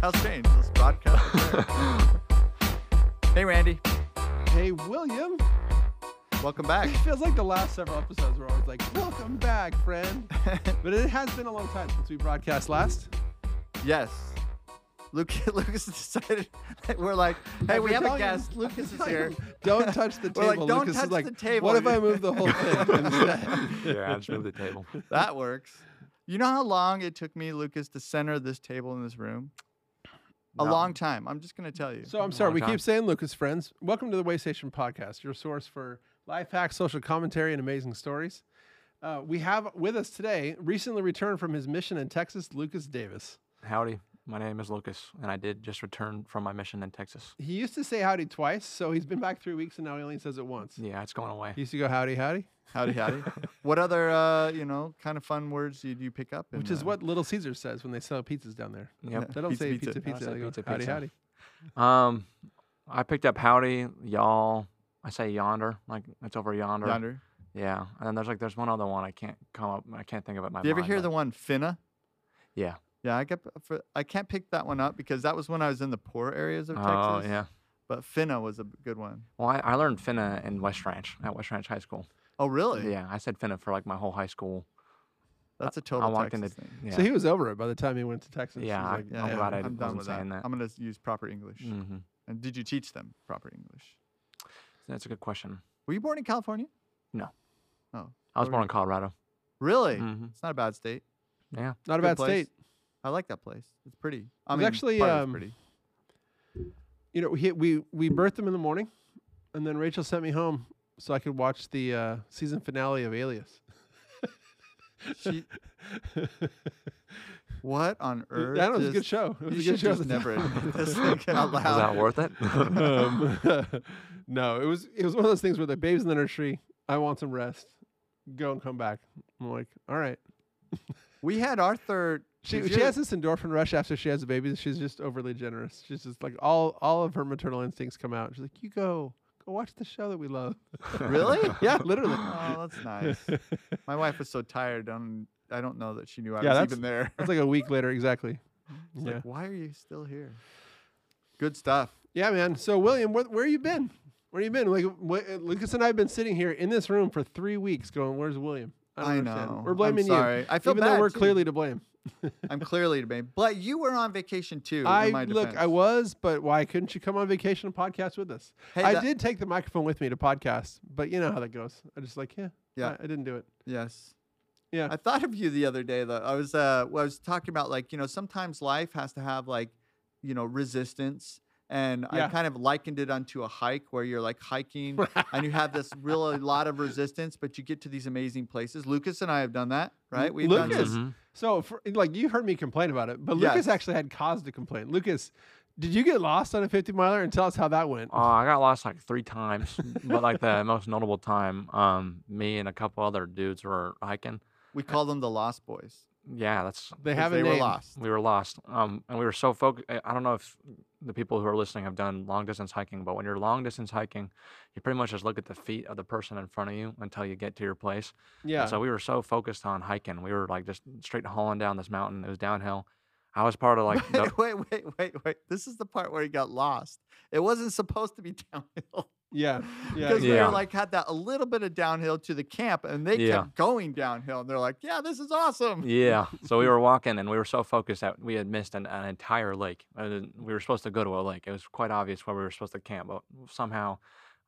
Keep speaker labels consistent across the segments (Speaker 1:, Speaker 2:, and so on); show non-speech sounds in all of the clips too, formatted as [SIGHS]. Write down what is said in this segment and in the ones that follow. Speaker 1: How's change? This podcast. hey, Randy.
Speaker 2: Hey, William.
Speaker 1: Welcome back.
Speaker 2: It feels like the last several episodes were always like, welcome back, friend. but it has been a long time since we broadcast last.
Speaker 1: [LAUGHS] Yes. Luke, [LAUGHS] Lucas decided that we're like, hey, we have a guest. [LAUGHS] Lucas is here.
Speaker 2: [LAUGHS] Don't touch the
Speaker 1: [LAUGHS] We're like,
Speaker 2: table.
Speaker 1: "Don't
Speaker 2: Lucas
Speaker 1: touch
Speaker 2: is like,
Speaker 1: the table."
Speaker 2: what if I move the whole
Speaker 1: [LAUGHS]
Speaker 2: thing instead?
Speaker 3: yeah, I just moved the table.
Speaker 1: That works. You know how long it took me, Lucas, to center this table in this room? A
Speaker 3: No.
Speaker 1: long time. I'm just going to tell you.
Speaker 2: So I'm sorry,
Speaker 3: Long
Speaker 2: we
Speaker 3: time.
Speaker 2: keep saying Lucas friends. Welcome to the Waystation Podcast, your source for life hacks, social commentary, and amazing stories. Uh, we have with us today, recently returned from his mission in Texas, Lucas Davis.
Speaker 3: Howdy, my name is Lucas, and I did just return from my mission in Texas.
Speaker 2: He used to say howdy twice, so he's been back three weeks and now he only says it once.
Speaker 3: Yeah, it's
Speaker 1: [LAUGHS]
Speaker 3: going away.
Speaker 2: He used to go howdy howdy,
Speaker 1: howdy, [LAUGHS] howdy. what other, uh, you know, kind of fun words did you pick up? in,
Speaker 2: which is
Speaker 1: uh,
Speaker 2: what Little Caesars says when they sell pizzas down there.
Speaker 3: Yep.
Speaker 2: They don't
Speaker 1: Pizza,
Speaker 2: say
Speaker 1: pizza.
Speaker 2: pizza pizza,
Speaker 3: No, Oh, I say
Speaker 2: they go
Speaker 3: pizza,
Speaker 2: howdy
Speaker 3: pizza.
Speaker 2: howdy.
Speaker 3: Um, I picked up howdy, y'all. I say yonder, like it's over yonder.
Speaker 1: yonder?
Speaker 3: Yeah, and then there's like there's one other one I can't come up. I can't think of it. in My
Speaker 1: Do you ever
Speaker 3: mind,
Speaker 1: hear
Speaker 3: but-
Speaker 1: the one Finna?
Speaker 3: Yeah.
Speaker 1: Yeah, I kept, for, I can't pick that one up because that was when I was in the poor areas of Texas.
Speaker 3: Oh yeah.
Speaker 1: But Finna was a good one.
Speaker 3: Well, I, I learned Finna in West Ranch at West Ranch High School.
Speaker 1: Oh, really?
Speaker 3: Yeah, I said Finna for like my whole high school.
Speaker 1: That's a total
Speaker 3: I walked
Speaker 1: Texas
Speaker 3: into.
Speaker 1: thing.
Speaker 3: Yeah.
Speaker 2: So he was over it by the time he went to Texas. He
Speaker 3: Yeah,
Speaker 2: was
Speaker 3: I-
Speaker 2: like,
Speaker 3: I'm glad I
Speaker 1: I'm
Speaker 3: wasn't
Speaker 1: done with that.
Speaker 3: saying that.
Speaker 1: I'm gonna use proper English.
Speaker 3: hmm
Speaker 1: And did you teach them proper English?
Speaker 3: That's a good question.
Speaker 1: Were you born in California?
Speaker 3: I was
Speaker 1: Or-
Speaker 3: born in Colorado.
Speaker 1: Really?
Speaker 3: hmm
Speaker 1: It's not a bad state.
Speaker 3: Yeah.
Speaker 2: Not a
Speaker 1: Good
Speaker 2: bad
Speaker 1: place.
Speaker 2: state.
Speaker 1: I like that place. It's pretty.
Speaker 2: It
Speaker 1: I
Speaker 2: was
Speaker 1: mean,
Speaker 2: actually,
Speaker 1: part of it's
Speaker 2: um, [LAUGHS]
Speaker 1: pretty.
Speaker 2: you know, he, we we birthed him in the morning, and then Rachel sent me home so I could watch the uh, season finale of Alias.
Speaker 1: She- What on earth?
Speaker 2: [LAUGHS] that was a good
Speaker 1: is-
Speaker 2: show. It was
Speaker 1: you
Speaker 2: a
Speaker 1: should
Speaker 2: good show. at
Speaker 1: just
Speaker 2: the [LAUGHS]
Speaker 1: never [LAUGHS]
Speaker 2: time.
Speaker 1: admit this thing out
Speaker 3: Is
Speaker 1: loud.
Speaker 3: that worth it? [LAUGHS]
Speaker 2: Um, no, it was it was one of those things where the baby's in the nursery. I want some rest. Go and come back. I'm like, all right.
Speaker 1: We had our third.
Speaker 2: She,
Speaker 1: did
Speaker 2: she
Speaker 1: you-
Speaker 2: has this endorphin rush after she has a baby. She's just overly generous. She's just like all all of her maternal instincts come out. She's like, you go go watch the show that we
Speaker 1: [LAUGHS]
Speaker 2: love.
Speaker 1: [LAUGHS]
Speaker 2: [LAUGHS]
Speaker 1: Really?
Speaker 2: yeah, literally.
Speaker 1: Oh, that's nice. My wife was so tired. Um, I don't know that she knew I
Speaker 2: Yeah,
Speaker 1: was
Speaker 2: that's-
Speaker 1: even there.
Speaker 2: That's like a week later, exactly.
Speaker 1: It's
Speaker 2: yeah.
Speaker 1: like, why are you still here? Good stuff.
Speaker 2: Yeah, man. So William, where, where you been? Where you been? Like wh- uh, Lucas and I have been sitting here in this room for three weeks, going, "Where's William?" don't
Speaker 1: I,
Speaker 2: understand.
Speaker 1: know.
Speaker 2: We're blaming
Speaker 1: I'm sorry.
Speaker 2: you.
Speaker 1: I feel
Speaker 2: Even
Speaker 1: bad.
Speaker 2: though we're
Speaker 1: too.
Speaker 2: clearly to blame.
Speaker 1: I'm clearly to blame. But you were on vacation too. in
Speaker 2: I
Speaker 1: my
Speaker 2: look, I
Speaker 1: defense.
Speaker 2: was, but why couldn't you come on vacation and podcast with us?
Speaker 1: Hey,
Speaker 2: I
Speaker 1: that-
Speaker 2: did take the microphone with me to podcast, but you know how that goes. I just like, yeah,
Speaker 1: Yeah.
Speaker 2: I, I didn't do it.
Speaker 1: Yes.
Speaker 2: Yeah.
Speaker 1: I thought of you the other day though. I was uh well, I was talking about like, you know, sometimes life has to have like, you know, resistance. And I
Speaker 2: Yeah.
Speaker 1: kind of likened it onto a hike where you're like
Speaker 2: [LAUGHS]
Speaker 1: hiking and you have this really lot of resistance, but you get to these amazing places. Lucas and I have done that, right? We've done
Speaker 2: Lucas?
Speaker 1: this.
Speaker 3: Mhm.
Speaker 2: So, for, like, you heard me complain about it, but
Speaker 1: Yes.
Speaker 2: Lucas actually had cause to complain. Lucas, did you get lost on a 50 miler and tell us how that went?
Speaker 3: Uh, I got lost like three times, but like the most notable time, um, me and a couple other dudes were hiking.
Speaker 1: We call them the Lost Boys.
Speaker 3: Yeah, that's
Speaker 2: They
Speaker 1: 'cause
Speaker 2: have a
Speaker 1: they
Speaker 2: name.
Speaker 1: were lost.
Speaker 3: we were lost. Um, and we were so focused. I don't know if the people who are listening have done long distance hiking, but when you're long distance hiking, you pretty much just look at the feet of the person in front of you until you get to your place. And
Speaker 2: Yeah.
Speaker 3: So we were so focused on hiking, we were like just straight hauling down this mountain. It was downhill. I was part of like
Speaker 1: [LAUGHS]
Speaker 3: the,
Speaker 1: Wait, wait, wait, wait, wait. This is the part where he got lost. It wasn't supposed to be [LAUGHS] downhill.
Speaker 3: [LAUGHS]
Speaker 2: yeah. Yeah.
Speaker 1: Because they
Speaker 3: Yeah.
Speaker 1: were like had that a little bit of downhill to the camp, and they
Speaker 3: Yeah.
Speaker 1: kept going downhill. And they're like, "Yeah, this is awesome."
Speaker 3: Yeah. So we were walking and we were so focused that we had missed an, an entire lake. Uh, We were supposed to go to a lake. It was quite obvious where we were supposed to camp, but somehow,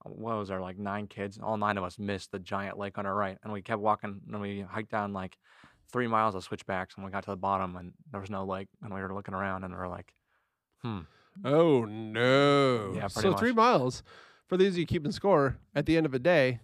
Speaker 3: uh, what was there, like nine kids? All nine of us missed the giant lake on our right. And we kept walking and we hiked down like three miles of switchbacks and we got to the bottom and there was no lake. And we were looking around and we were like,
Speaker 2: Oh no!
Speaker 3: Yeah,
Speaker 2: so
Speaker 3: pretty
Speaker 2: three
Speaker 3: much.
Speaker 2: miles for those of you keeping score at the end of a day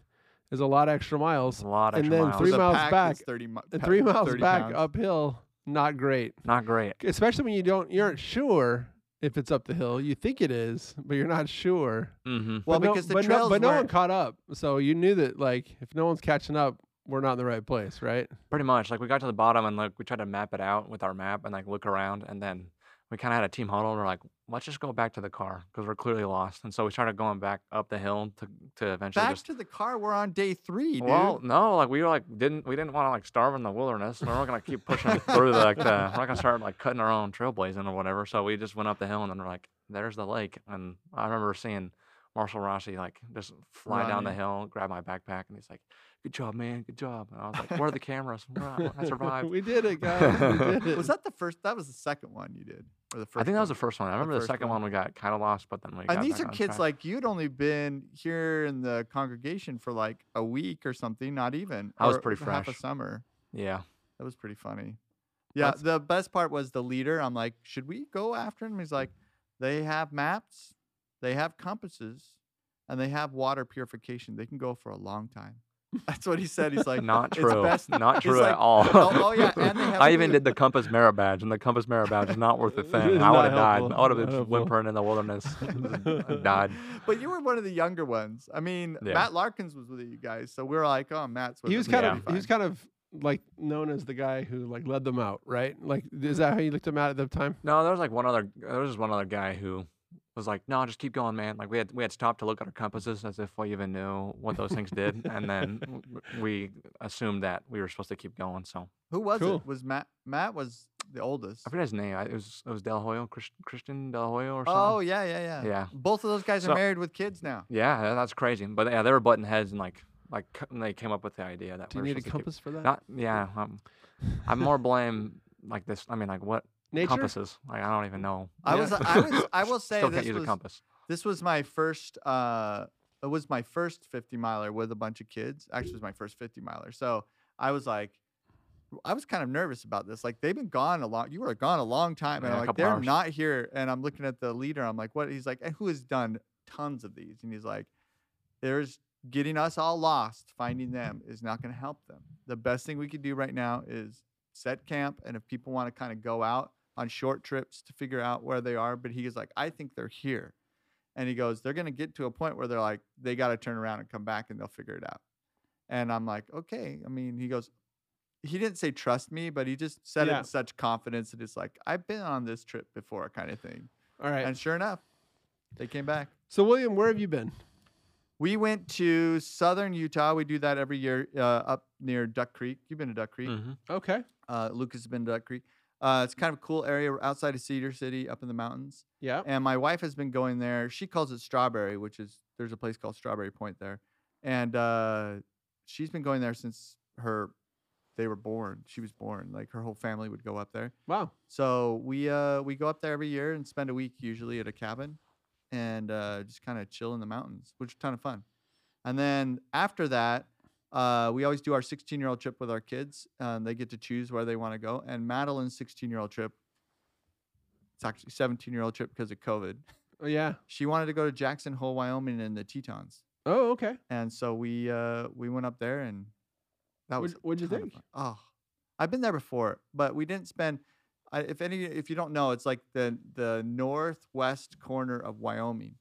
Speaker 2: is a lot of extra miles,
Speaker 3: a lot of
Speaker 2: And
Speaker 3: extra
Speaker 2: then
Speaker 3: miles.
Speaker 2: three
Speaker 1: There's a
Speaker 2: miles
Speaker 1: pack
Speaker 2: back,
Speaker 1: that's thirty mi-
Speaker 2: and
Speaker 1: pa-
Speaker 2: three miles
Speaker 1: 30
Speaker 2: back uh,
Speaker 1: pounds.
Speaker 2: uphill, not great.
Speaker 3: Not great.
Speaker 2: Especially when you don't, you aren't sure if it's up the hill. You think it is, but you're not sure.
Speaker 3: hmm
Speaker 1: Well,
Speaker 2: but no-
Speaker 1: because the
Speaker 2: but
Speaker 1: trails
Speaker 2: no, but no one
Speaker 1: weren't-
Speaker 2: caught up, so you knew that like if no one's catching up, we're not in the right
Speaker 3: [LAUGHS]
Speaker 2: place, right?
Speaker 3: Pretty much. Like we got to the bottom and like we tried to map it out with our map and like look around and then we kind of had a team huddle. And we're like, let's just go back to the car because we're clearly lost. And so we started going back up the hill to to eventually
Speaker 1: Back
Speaker 3: just.
Speaker 1: to the car. We're on day three, dude.
Speaker 3: Well, no, like we were like didn't we didn't want to like starve in the wilderness. so We're not gonna keep pushing through the, like the we're not gonna start like cutting our own trailblazing or whatever. So we just went up the hill and then we're like, there's the lake. And I remember seeing Marshall Rossi like just fly down the
Speaker 1: Running.
Speaker 3: hill, grab my backpack, and he's like, "Good job, man. Good job." And I was like, "Where are the cameras? Where I I survived."
Speaker 2: [LAUGHS] we did it,
Speaker 3: [LAUGHS]
Speaker 2: guys. We did
Speaker 1: [LAUGHS]
Speaker 2: it.
Speaker 1: was that the first? That was the second one you did, or the first?
Speaker 3: I think that was the
Speaker 1: one?
Speaker 3: first one. I remember the,
Speaker 1: first
Speaker 3: second
Speaker 1: one.
Speaker 3: one. we got kind of lost, but then we. got
Speaker 1: And these
Speaker 3: back
Speaker 1: are
Speaker 3: on
Speaker 1: kids
Speaker 3: track.
Speaker 1: like you'd only been here in the congregation for like a week or something, not even.
Speaker 3: I was
Speaker 1: or
Speaker 3: pretty
Speaker 1: Half a
Speaker 3: fresh.
Speaker 1: summer. [LAUGHS]
Speaker 3: Yeah. [LAUGHS]
Speaker 1: That was pretty funny. Yeah,
Speaker 3: That's-
Speaker 1: the best part was the leader. I'm like, should we go after him? He's like, they have maps, they have compasses, and they have water purification. They can go for a long time.
Speaker 3: [LAUGHS]
Speaker 1: That's what he said. He's like,
Speaker 3: Not
Speaker 1: "It's
Speaker 3: [LAUGHS] true.
Speaker 1: best-
Speaker 2: [LAUGHS]
Speaker 3: Not
Speaker 1: it's
Speaker 3: true
Speaker 1: like-
Speaker 3: at all.
Speaker 1: oh, oh, yeah,
Speaker 3: [LAUGHS]
Speaker 1: and they have
Speaker 3: I even
Speaker 1: food.
Speaker 3: did the Compass Merit Badge, and the Compass Merit Badge is not worth a
Speaker 2: It's
Speaker 3: thing. I
Speaker 2: not
Speaker 3: would have died.
Speaker 2: helpful,
Speaker 3: I would have
Speaker 2: not
Speaker 3: been
Speaker 2: helpful.
Speaker 3: whimpering in the wilderness.
Speaker 1: [LAUGHS]
Speaker 3: died.
Speaker 1: But you were one of the younger ones. I mean,
Speaker 3: Yeah.
Speaker 1: Matt Larkins was with you guys, so we are like, oh, Matt's with
Speaker 2: he
Speaker 1: us,
Speaker 2: was
Speaker 1: it'll
Speaker 2: kind
Speaker 1: be
Speaker 2: of he was
Speaker 1: fine."
Speaker 2: kind of like known as the guy who like led them out, right? Like, is that how you looked him out at the time?
Speaker 3: No, there was like one other. There was just one other guy who was like, "No, just keep going, man." Like we had we had stopped to look at our compasses as if we even knew what those things did, and then w- w- we assumed that we were supposed to keep going. So
Speaker 1: Who was
Speaker 2: Cool.
Speaker 1: it? Was Matt? Matt was the oldest.
Speaker 3: I forget his name. I, it was it was Del Hoyo, Chris, Christian Del Hoyo, or something.
Speaker 1: Oh yeah, yeah, yeah.
Speaker 3: Yeah.
Speaker 1: Both of those guys
Speaker 3: So-
Speaker 1: are married with kids now.
Speaker 3: Yeah, tha- that's crazy. But yeah, they were butting heads and like like c- and they came up with the idea that
Speaker 2: Do you
Speaker 3: we're
Speaker 2: need a
Speaker 3: supposed to keep-
Speaker 2: compass for that?
Speaker 3: Not yeah. Um, I more blame like this. I mean, like what
Speaker 2: Nature.
Speaker 3: compasses? Like I don't even know.
Speaker 1: I
Speaker 2: Yeah.
Speaker 1: was, I
Speaker 3: [LAUGHS]
Speaker 1: was, I will say
Speaker 3: Still can't
Speaker 1: this
Speaker 3: use a
Speaker 1: was,
Speaker 3: compass.
Speaker 1: this was my first, uh, it was my first 50 miler with a bunch of kids. Actually, it was my first 50 miler. So I was like, I was kind of nervous about this. Like they've been gone a long, you were gone a long time, and
Speaker 3: Yeah, a
Speaker 1: I'm like,
Speaker 3: couple
Speaker 1: they're
Speaker 3: hours.
Speaker 1: not here. And I'm looking at the leader. I'm like, what? He's like, and who has done tons of these? And he's like, there's getting us all lost. Finding them is not going to help them. The best thing we could do right now is set camp, and if people want to kind of go out on short trips to figure out where they are, but he was like, I think they're here. And he goes, they're going to get to a point where they're like, they got to turn around and come back and they'll figure it out. And I'm like, okay. I mean, he goes, he didn't say trust me, but he just said it
Speaker 2: Yeah.
Speaker 1: in such confidence that it's like, I've been on this trip before, kind of thing.
Speaker 2: All right.
Speaker 1: And sure enough, they came back.
Speaker 2: So William, where have you been?
Speaker 1: We went to southern Utah. We do that every year uh, up near Duck Creek. You've been to Duck Creek.
Speaker 3: Mhm.
Speaker 2: Okay.
Speaker 1: Uh, Lucas has been to Duck Creek. Uh, it's kind of a cool area outside of Cedar City up in the mountains.
Speaker 2: Yeah.
Speaker 1: And my wife has been going there. She calls it Strawberry, which is there's a place called Strawberry Point there, and uh, she's been going there since her they were born. She was born. Like her whole family would go up there.
Speaker 2: Wow.
Speaker 1: So we uh, we go up there every year and spend a week usually at a cabin, and uh, just kind of chill in the mountains, which is a ton of fun. And then after that, uh, we always do our 16 year old trip with our kids. And they get to choose where they want to go. And Madeline's 16 year old trip, it's actually 17 year old trip because of COVID.
Speaker 2: Oh, yeah.
Speaker 1: She wanted to go to Jackson Hole, Wyoming, in the Tetons.
Speaker 2: Oh, okay.
Speaker 1: And so we uh, we went up there, and that was
Speaker 2: What'd- what'd you
Speaker 1: ton of
Speaker 2: think?
Speaker 1: fun. Oh, I've been there before, but we didn't spend. I, if any, if you don't know, it's like the the northwest corner of Wyoming,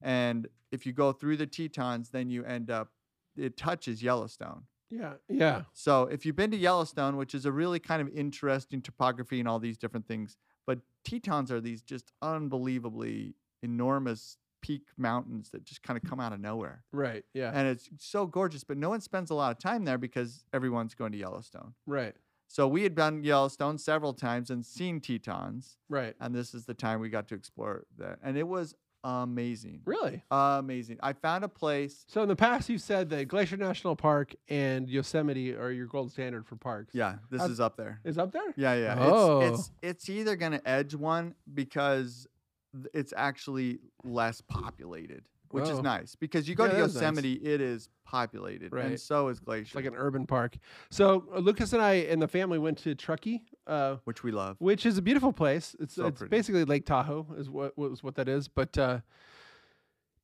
Speaker 1: and if you go through the Tetons, then you end up. It touches Yellowstone.
Speaker 2: Yeah. Yeah.
Speaker 1: So if you've been to Yellowstone, which is a really kind of interesting topography and all these different things, but Tetons are these just unbelievably enormous peak mountains that just kind of come out of nowhere
Speaker 2: Right. Yeah.
Speaker 1: and it's so gorgeous. But no one spends a lot of time there because everyone's going to Yellowstone.
Speaker 2: Right.
Speaker 1: So we had done Yellowstone several times and seen Tetons,
Speaker 2: Right.
Speaker 1: and this is the time we got to explore that, and it was amazing,
Speaker 2: Really.
Speaker 1: amazing. I found a place.
Speaker 2: So in the past, you've said that Glacier National Park and Yosemite are your gold standard for parks.
Speaker 1: Yeah, this
Speaker 2: I've-
Speaker 1: is up there.
Speaker 2: Is up there?
Speaker 1: Yeah, yeah.
Speaker 2: Oh.
Speaker 1: It's, it's it's either gonna edge one because th- it's actually less populated, which is
Speaker 2: Whoa.
Speaker 1: nice because you go
Speaker 2: Yeah,
Speaker 1: to
Speaker 2: that is nice.
Speaker 1: Yosemite, it is populated,
Speaker 2: Right.
Speaker 1: and so is Glacier,
Speaker 2: It's like an urban park. So uh, Lucas and I and the family went to Truckee, uh,
Speaker 1: which we love.
Speaker 2: which is a beautiful place. It's
Speaker 1: So
Speaker 2: it's
Speaker 1: pretty.
Speaker 2: basically Lake Tahoe is what was what that is, but uh,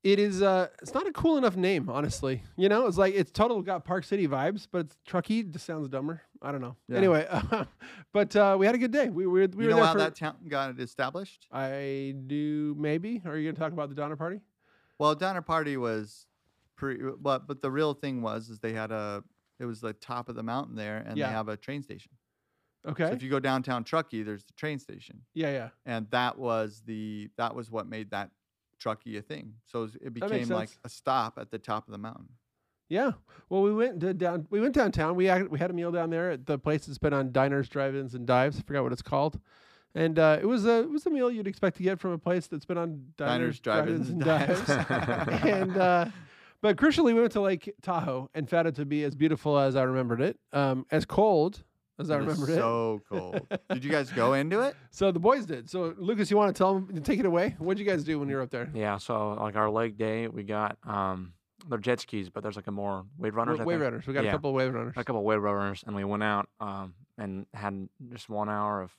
Speaker 2: it is uh it's not a cool enough name, honestly. You know, it's like it's total got Park City vibes, but it's Truckee just sounds dumber. I don't know.
Speaker 1: Yeah.
Speaker 2: Anyway, [LAUGHS] but uh, we had a good day. We were we
Speaker 1: you
Speaker 2: were
Speaker 1: know
Speaker 2: there
Speaker 1: how
Speaker 2: for.
Speaker 1: that town got established?
Speaker 2: I do maybe. Are you going to talk about the Donner Party?
Speaker 1: Well, Donner Party was pretty, but but the real thing was is they had a it was the top of the mountain there, and
Speaker 2: Yeah.
Speaker 1: they have a train station.
Speaker 2: Okay.
Speaker 1: So if you go downtown Truckee, there's the train station,
Speaker 2: yeah, yeah.
Speaker 1: and that was the that was what made that Truckee a thing. So it was- it
Speaker 2: That makes
Speaker 1: became like
Speaker 2: sense.
Speaker 1: a stop at the top of the mountain.
Speaker 2: Yeah. Well, we went to down. We went downtown. We had, we had a meal down there at the place that's been on diners, drive-ins, and dives. I forgot what it's called, and uh, it was a it was a meal you'd expect to get from a place that's been on
Speaker 1: Diners,
Speaker 2: diners,
Speaker 1: drive-ins, and dives. [LAUGHS]
Speaker 2: [LAUGHS] and uh, but crucially, we went to Lake Tahoe and found it to be as beautiful as I remembered it, um, as cold as I
Speaker 1: It is
Speaker 2: remembered [LAUGHS] it.
Speaker 1: so cold. Did you guys go into it? [LAUGHS]
Speaker 2: [LAUGHS] So the boys did. So Lucas, you want to tell them? Take it away. What'd you guys do when you were up there?
Speaker 3: Yeah, so like our leg day, we got um they're jet skis, but there's like a more wave runners. I
Speaker 2: wave
Speaker 3: think.
Speaker 2: runners. We got a
Speaker 3: Yeah.
Speaker 2: couple of wave runners.
Speaker 3: a couple of wave runners, and we went out um and had just one hour of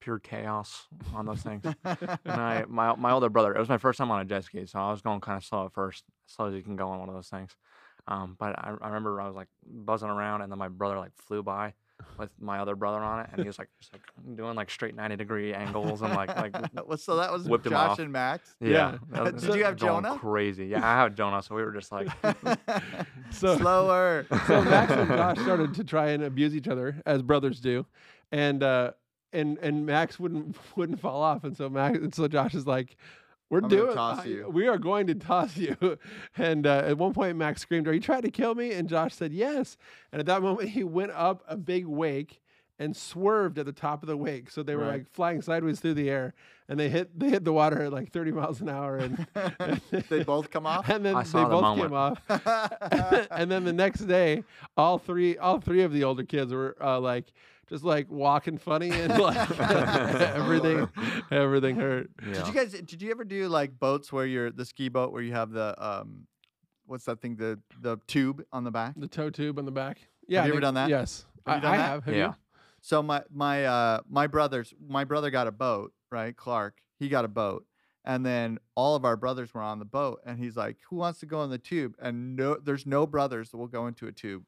Speaker 3: pure chaos on those things. and
Speaker 1: [LAUGHS]
Speaker 3: I my my older brother. It was my first time on a jet ski, so I was going kind of slow at first, slow as you can go on one of those things. Um, but I, I remember I was like buzzing around, and then my brother like flew by with my other brother on it, and he was like just like doing like straight ninety degree angles and like like
Speaker 1: [LAUGHS] Well, so that was
Speaker 3: Whipped 'em
Speaker 1: Josh
Speaker 3: off.
Speaker 1: and Max.
Speaker 3: yeah.
Speaker 1: Yeah. uh,
Speaker 3: that
Speaker 1: Did
Speaker 3: was
Speaker 1: you have
Speaker 3: going
Speaker 1: Jonah?
Speaker 3: Crazy.
Speaker 1: [LAUGHS]
Speaker 3: Yeah, I have Jonah. So we were just like.
Speaker 2: [LAUGHS] So- [LAUGHS]
Speaker 1: Slower. [LAUGHS]
Speaker 2: so Max and Josh started to try and abuse each other as brothers do, and uh, and and Max wouldn't [LAUGHS] wouldn't fall off, and so Max and so Josh is like, "We're
Speaker 1: gonna
Speaker 2: doing,
Speaker 1: toss
Speaker 2: I-
Speaker 1: you."
Speaker 2: we are going to toss you." [LAUGHS] And uh, at one point, Max screamed, "Are you trying to kill me?" And Josh said, "Yes." And at that moment, he went up a big wake. And swerved at the top of the wake, so they were
Speaker 1: Right.
Speaker 2: like flying sideways through the air, and they hit they hit the water at like 30 miles an
Speaker 1: [LAUGHS]
Speaker 2: hour, and
Speaker 1: they both come
Speaker 2: [LAUGHS]
Speaker 1: off. [LAUGHS]
Speaker 2: and then
Speaker 3: I
Speaker 2: they
Speaker 3: saw the
Speaker 2: both
Speaker 3: moment.
Speaker 2: came off, [LAUGHS] and then the next day, all three all three of the older kids were uh, like just like walking funny and like [LAUGHS] everything everything hurt.
Speaker 3: Yeah.
Speaker 1: Did you guys? Did you ever do like boats where you're the ski boat where you have the um, what's that thing? The the tube on the back.
Speaker 2: The toe tube on the back. Yeah.
Speaker 1: you
Speaker 2: I
Speaker 1: ever
Speaker 2: think-
Speaker 1: done that?
Speaker 2: Yes.
Speaker 1: Have you
Speaker 2: I,
Speaker 1: done
Speaker 2: I
Speaker 1: that?
Speaker 2: have. Have
Speaker 3: Yeah.
Speaker 2: you?
Speaker 1: So my my uh my brothers my brother got a boat, right? Clark, he got a boat. And then all of our brothers were on the boat and he's like, "Who wants to go in the tube?" And no there's no brothers that will go into a tube.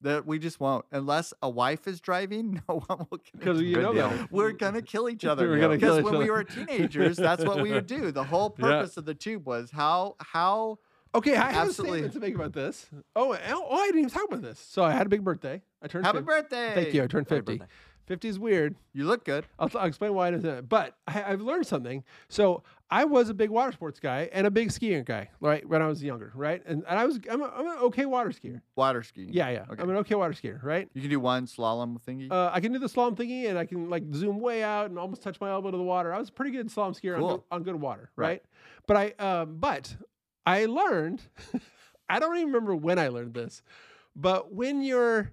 Speaker 1: That we just won't unless a wife is driving, [LAUGHS] no one will get
Speaker 2: Because
Speaker 1: into
Speaker 2: you
Speaker 3: Good
Speaker 2: know
Speaker 3: deal.
Speaker 2: that
Speaker 1: we're gonna kill
Speaker 2: [LAUGHS]
Speaker 1: each other.
Speaker 2: We're gonna kill
Speaker 1: because
Speaker 2: each
Speaker 1: when we
Speaker 2: other.
Speaker 1: were teenagers, that's what we would do. The whole
Speaker 2: [LAUGHS] Yeah.
Speaker 1: purpose of the tube was how how
Speaker 2: Okay, I have
Speaker 1: Absolutely.
Speaker 2: a statement to make about this. Oh, and- oh, I didn't even talk about this. So I had a big birthday. I turned.
Speaker 1: happy
Speaker 2: 50.
Speaker 1: birthday.
Speaker 2: Thank you. I turned
Speaker 3: Happy
Speaker 2: 50.
Speaker 3: birthday.
Speaker 2: 50 is weird.
Speaker 1: You look good.
Speaker 2: I'll, t- I'll explain why in a minute. But I, I've learned something. So I was a big water sports guy and a big skier guy, right? When I was younger, right? And, and I was I'm, a, I'm an okay water skier.
Speaker 1: Water skiing.
Speaker 2: Yeah, yeah.
Speaker 1: Okay. Mm-hmm.
Speaker 2: I'm an okay water skier, right?
Speaker 1: You can do one slalom thingy.
Speaker 2: Uh, I can do the slalom thingy and I can like zoom way out and almost touch my elbow to the water. I was a pretty good slalom skier on, good,
Speaker 1: Cool.
Speaker 2: on good water, right?
Speaker 1: Right.
Speaker 2: But I um, but I learned [LAUGHS] I don't even remember when I learned this, but when you're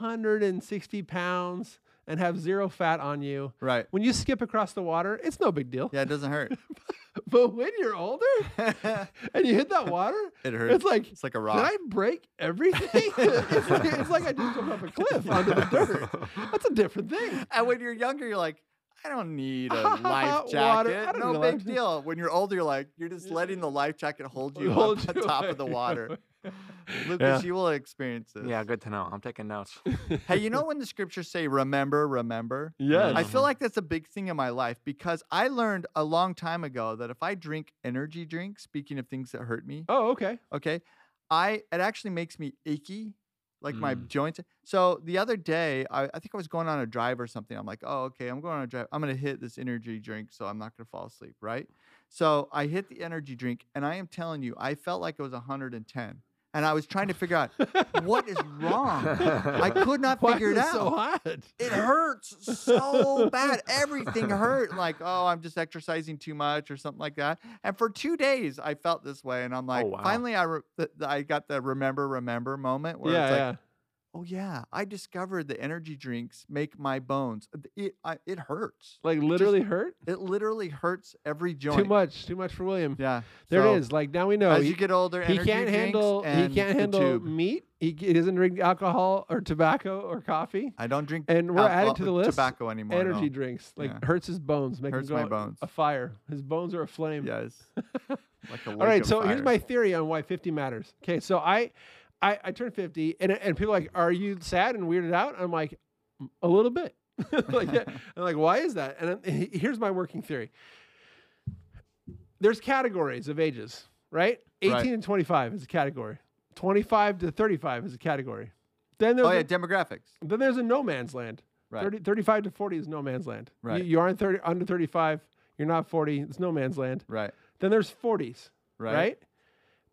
Speaker 2: 160 pounds and have zero fat on you,
Speaker 1: right.
Speaker 2: when you skip across the water, it's no big deal.
Speaker 1: Yeah, it doesn't hurt.
Speaker 2: But when you're older [LAUGHS]
Speaker 1: [LAUGHS] it
Speaker 2: and you hit that water,
Speaker 1: hurts.
Speaker 2: it's like,
Speaker 1: It's like [LAUGHS] a
Speaker 2: did
Speaker 1: rock.
Speaker 2: I break everything? [LAUGHS] it's, like, it's like I just jumped off a
Speaker 1: [LAUGHS]
Speaker 2: cliff onto
Speaker 3: [LAUGHS]
Speaker 2: the dirt. That's a different thing. [LAUGHS]
Speaker 1: And when you're younger, you're like, I don't need a life
Speaker 2: Water,
Speaker 1: jacket.
Speaker 2: I
Speaker 1: no
Speaker 2: don't need a
Speaker 1: big
Speaker 2: life-
Speaker 1: deal. When you're older, you're like, you're just letting the life jacket hold [LAUGHS] you [LAUGHS]
Speaker 2: Hold
Speaker 1: up
Speaker 2: you
Speaker 1: on top of the
Speaker 2: away. [LAUGHS]
Speaker 1: water. Lucas,
Speaker 2: Yeah.
Speaker 1: you will experience this.
Speaker 3: Yeah, good to know. I'm taking notes.
Speaker 1: Hey, you know when the scriptures say, remember, remember?
Speaker 2: Yes.
Speaker 1: I feel like that's a big thing in my life because I learned a long time ago that if I drink energy drinks, speaking of things that hurt me,
Speaker 2: oh, [LAUGHS] okay.
Speaker 1: okay [LAUGHS] i it actually makes me achy like my
Speaker 3: Mm.
Speaker 1: joints so the other day I, I think i was going on a drive or something i'm like oh okay i'm going on a drive i'm going to hit this energy drink so i'm not going to fall asleep right so i hit the energy drink and i am telling you i felt like it was 110 and i was trying to figure out what is wrong
Speaker 3: [LAUGHS]
Speaker 1: i could not
Speaker 2: [LAUGHS] Why
Speaker 1: figure
Speaker 2: is
Speaker 1: it out
Speaker 2: so hot?
Speaker 1: it hurts so bad. Everything hurt. Like, oh, I'm just exercising too much or something like that. And for two days, I felt this way. And
Speaker 2: Oh,
Speaker 1: I'm like,
Speaker 3: wow.
Speaker 1: finally, I re- th- th- I got the remember, remember moment where
Speaker 2: yeah,
Speaker 1: it's like,
Speaker 2: yeah.
Speaker 1: oh, yeah, I discovered the energy drinks make my bones. It, I, it hurts.
Speaker 2: Like literally hurt?
Speaker 1: It literally hurts every joint.
Speaker 2: Too much. Too much for William.
Speaker 1: Yeah.
Speaker 2: There
Speaker 1: So,
Speaker 2: it is. Like now we know.
Speaker 1: as
Speaker 2: he-
Speaker 1: you get older,
Speaker 2: he
Speaker 1: energy
Speaker 2: can't
Speaker 1: drinks
Speaker 2: handle he
Speaker 1: and
Speaker 2: can't
Speaker 1: the
Speaker 2: handle
Speaker 1: tube.
Speaker 2: meat. He, he doesn't drink alcohol or tobacco or coffee.
Speaker 1: I don't drink
Speaker 2: And we're adding
Speaker 1: alcohol- uh,
Speaker 2: to the list
Speaker 1: tobacco anymore. no.
Speaker 2: energy drinks. Like
Speaker 1: Yeah.
Speaker 2: hurts his bones, making
Speaker 1: Hurts my bones.
Speaker 2: a fire. His bones are aflame. [LAUGHS]
Speaker 1: Yes. Like a
Speaker 2: All right, so here's my theory on why 50 matters. Okay, so I, I, I turned 50, and and people are like, are you sad and weirded out? I'm like, "Mm, a little bit. [LAUGHS] like, yeah. I'm like, why is that? And, I'm- and he- [LAUGHS] here's my working theory. There's categories of ages, right? 18
Speaker 1: Right.
Speaker 2: and 25 is a category. 25 to 35 is a category. Then there's
Speaker 1: Oh,
Speaker 2: a-
Speaker 1: yeah, demographics.
Speaker 2: then there's a no man's land.
Speaker 1: Right.
Speaker 2: 30, 35 to 40 is no man's land. You-
Speaker 1: Right.
Speaker 2: You, aren't 30, under 35, you're not 40, it's no man's land.
Speaker 1: Right.
Speaker 2: Then there's 40s, right?
Speaker 1: Right.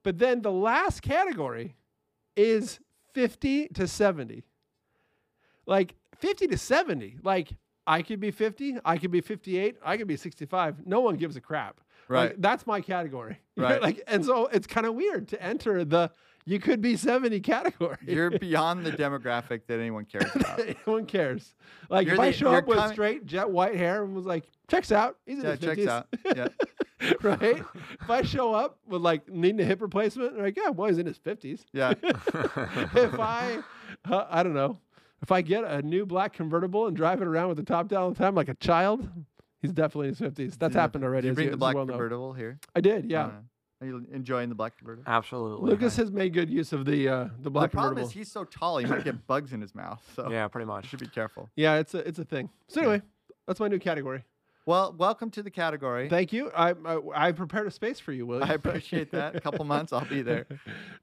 Speaker 2: But then the last category is 50 to 70. Like 50 to 70, like I could be 50, I could be 58, I could be 65. No one gives a crap. Like,
Speaker 1: Right.
Speaker 2: that's my category. [LAUGHS]
Speaker 1: Right.
Speaker 2: like and so it's kind of weird to enter the you could be 70 category. [LAUGHS]
Speaker 1: You're beyond the demographic that anyone cares about.
Speaker 2: Anyone cares? Like
Speaker 1: You're
Speaker 2: if I
Speaker 1: the-
Speaker 2: show
Speaker 1: you're
Speaker 2: up with
Speaker 1: coming-
Speaker 2: straight jet white hair and was like, checks out, he's in
Speaker 1: yeah,
Speaker 2: his
Speaker 1: checks
Speaker 2: 50s,"
Speaker 1: out. Yeah.
Speaker 2: [LAUGHS] right?
Speaker 1: [LAUGHS]
Speaker 2: if I show up with like needing a hip replacement, like yeah, boy, he's in his fifties.
Speaker 1: Yeah.
Speaker 2: if I, uh, I don't know, if I get a new black convertible and drive it around with the top down all the time like a child, he's definitely in his fifties. [LAUGHS] That's
Speaker 1: Did you-
Speaker 2: happened already.
Speaker 1: Did you
Speaker 2: as
Speaker 1: bring
Speaker 2: you-
Speaker 1: the
Speaker 2: as you
Speaker 1: black
Speaker 2: well know.
Speaker 1: convertible here?
Speaker 2: I did, yeah.
Speaker 1: Uh, Are you enjoying the black convertible?
Speaker 3: Absolutely.
Speaker 2: Lucas
Speaker 3: I-
Speaker 2: has made good use of the uh, the
Speaker 1: the
Speaker 2: black
Speaker 1: problem
Speaker 2: convertible.
Speaker 1: is he's so tall, he might
Speaker 3: [LAUGHS]
Speaker 1: get bugs in his mouth. So
Speaker 3: yeah, pretty
Speaker 1: you
Speaker 3: much.
Speaker 1: should be careful.
Speaker 2: yeah, it's a it's a thing. So anyway, that's my new category.
Speaker 1: Well, welcome to the category.
Speaker 2: Thank you. I I, I prepared a space for you, William.
Speaker 1: I appreciate
Speaker 2: [LAUGHS]
Speaker 1: that. A couple months, I'll be there.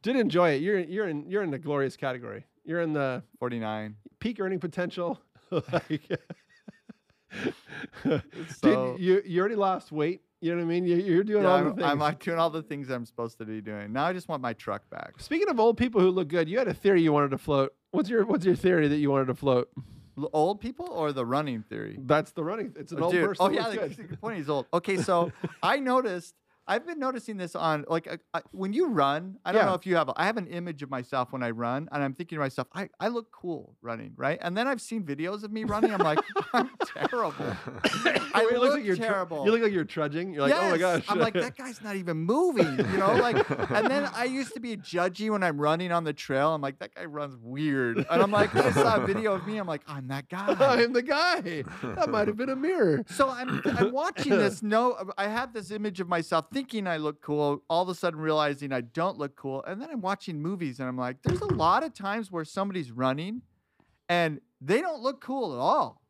Speaker 2: Did enjoy it. You're you're in you're in the glorious category. You're in the
Speaker 1: 49.
Speaker 2: peak earning potential. [LAUGHS] like,
Speaker 1: So-
Speaker 2: Did, you you already lost weight. You know what I mean? You, you're doing
Speaker 1: Yeah,
Speaker 2: all the
Speaker 1: I'm,
Speaker 2: things.
Speaker 1: I'm like doing all the things I'm supposed to be doing. Now I just want my truck back.
Speaker 2: Speaking of old people who look good, you had a theory you wanted to float. What's your what's your theory that you wanted to float?
Speaker 1: L- Old people or the running theory?
Speaker 2: That's the running. It's an
Speaker 1: Oh,
Speaker 2: old
Speaker 1: dude.
Speaker 2: person.
Speaker 1: Oh
Speaker 2: that
Speaker 1: yeah,
Speaker 2: looks
Speaker 1: that's
Speaker 2: [LAUGHS] good.
Speaker 1: a good point. He's old. Okay,
Speaker 2: [LAUGHS]
Speaker 1: so I noticed. I've been noticing this on like I, I, when you run. I don't
Speaker 2: Yeah.
Speaker 1: know if you have. I have an image of myself when I run, and I'm thinking to myself, I, I look cool running, right? And then I've seen videos of me running. I'm like, [LAUGHS] I'm terrible. I
Speaker 2: It looks
Speaker 1: look
Speaker 2: like you're tr-
Speaker 1: terrible.
Speaker 2: you look like you're trudging. [LAUGHS] You're like, oh my
Speaker 1: Yes.
Speaker 2: gosh.
Speaker 1: I'm
Speaker 2: [LAUGHS]
Speaker 1: like, that guy's not even moving, you know? Like, and then I used to be judgy when I'm running on the trail. I'm like, that guy runs weird. And I'm like, I saw a video of me. I'm like, I'm
Speaker 2: [LAUGHS]
Speaker 1: that
Speaker 2: Oh,
Speaker 1: guy.
Speaker 2: I'm the guy. That might have been a [LAUGHS] mirror.
Speaker 1: So I'm, I'm
Speaker 2: [COUGHS]
Speaker 1: watching this. No, I have this image of myself thinking I look cool, all of a sudden realizing I don't look cool. And then I'm watching movies and I'm like, there's a lot of times where somebody's running and they don't look cool at all.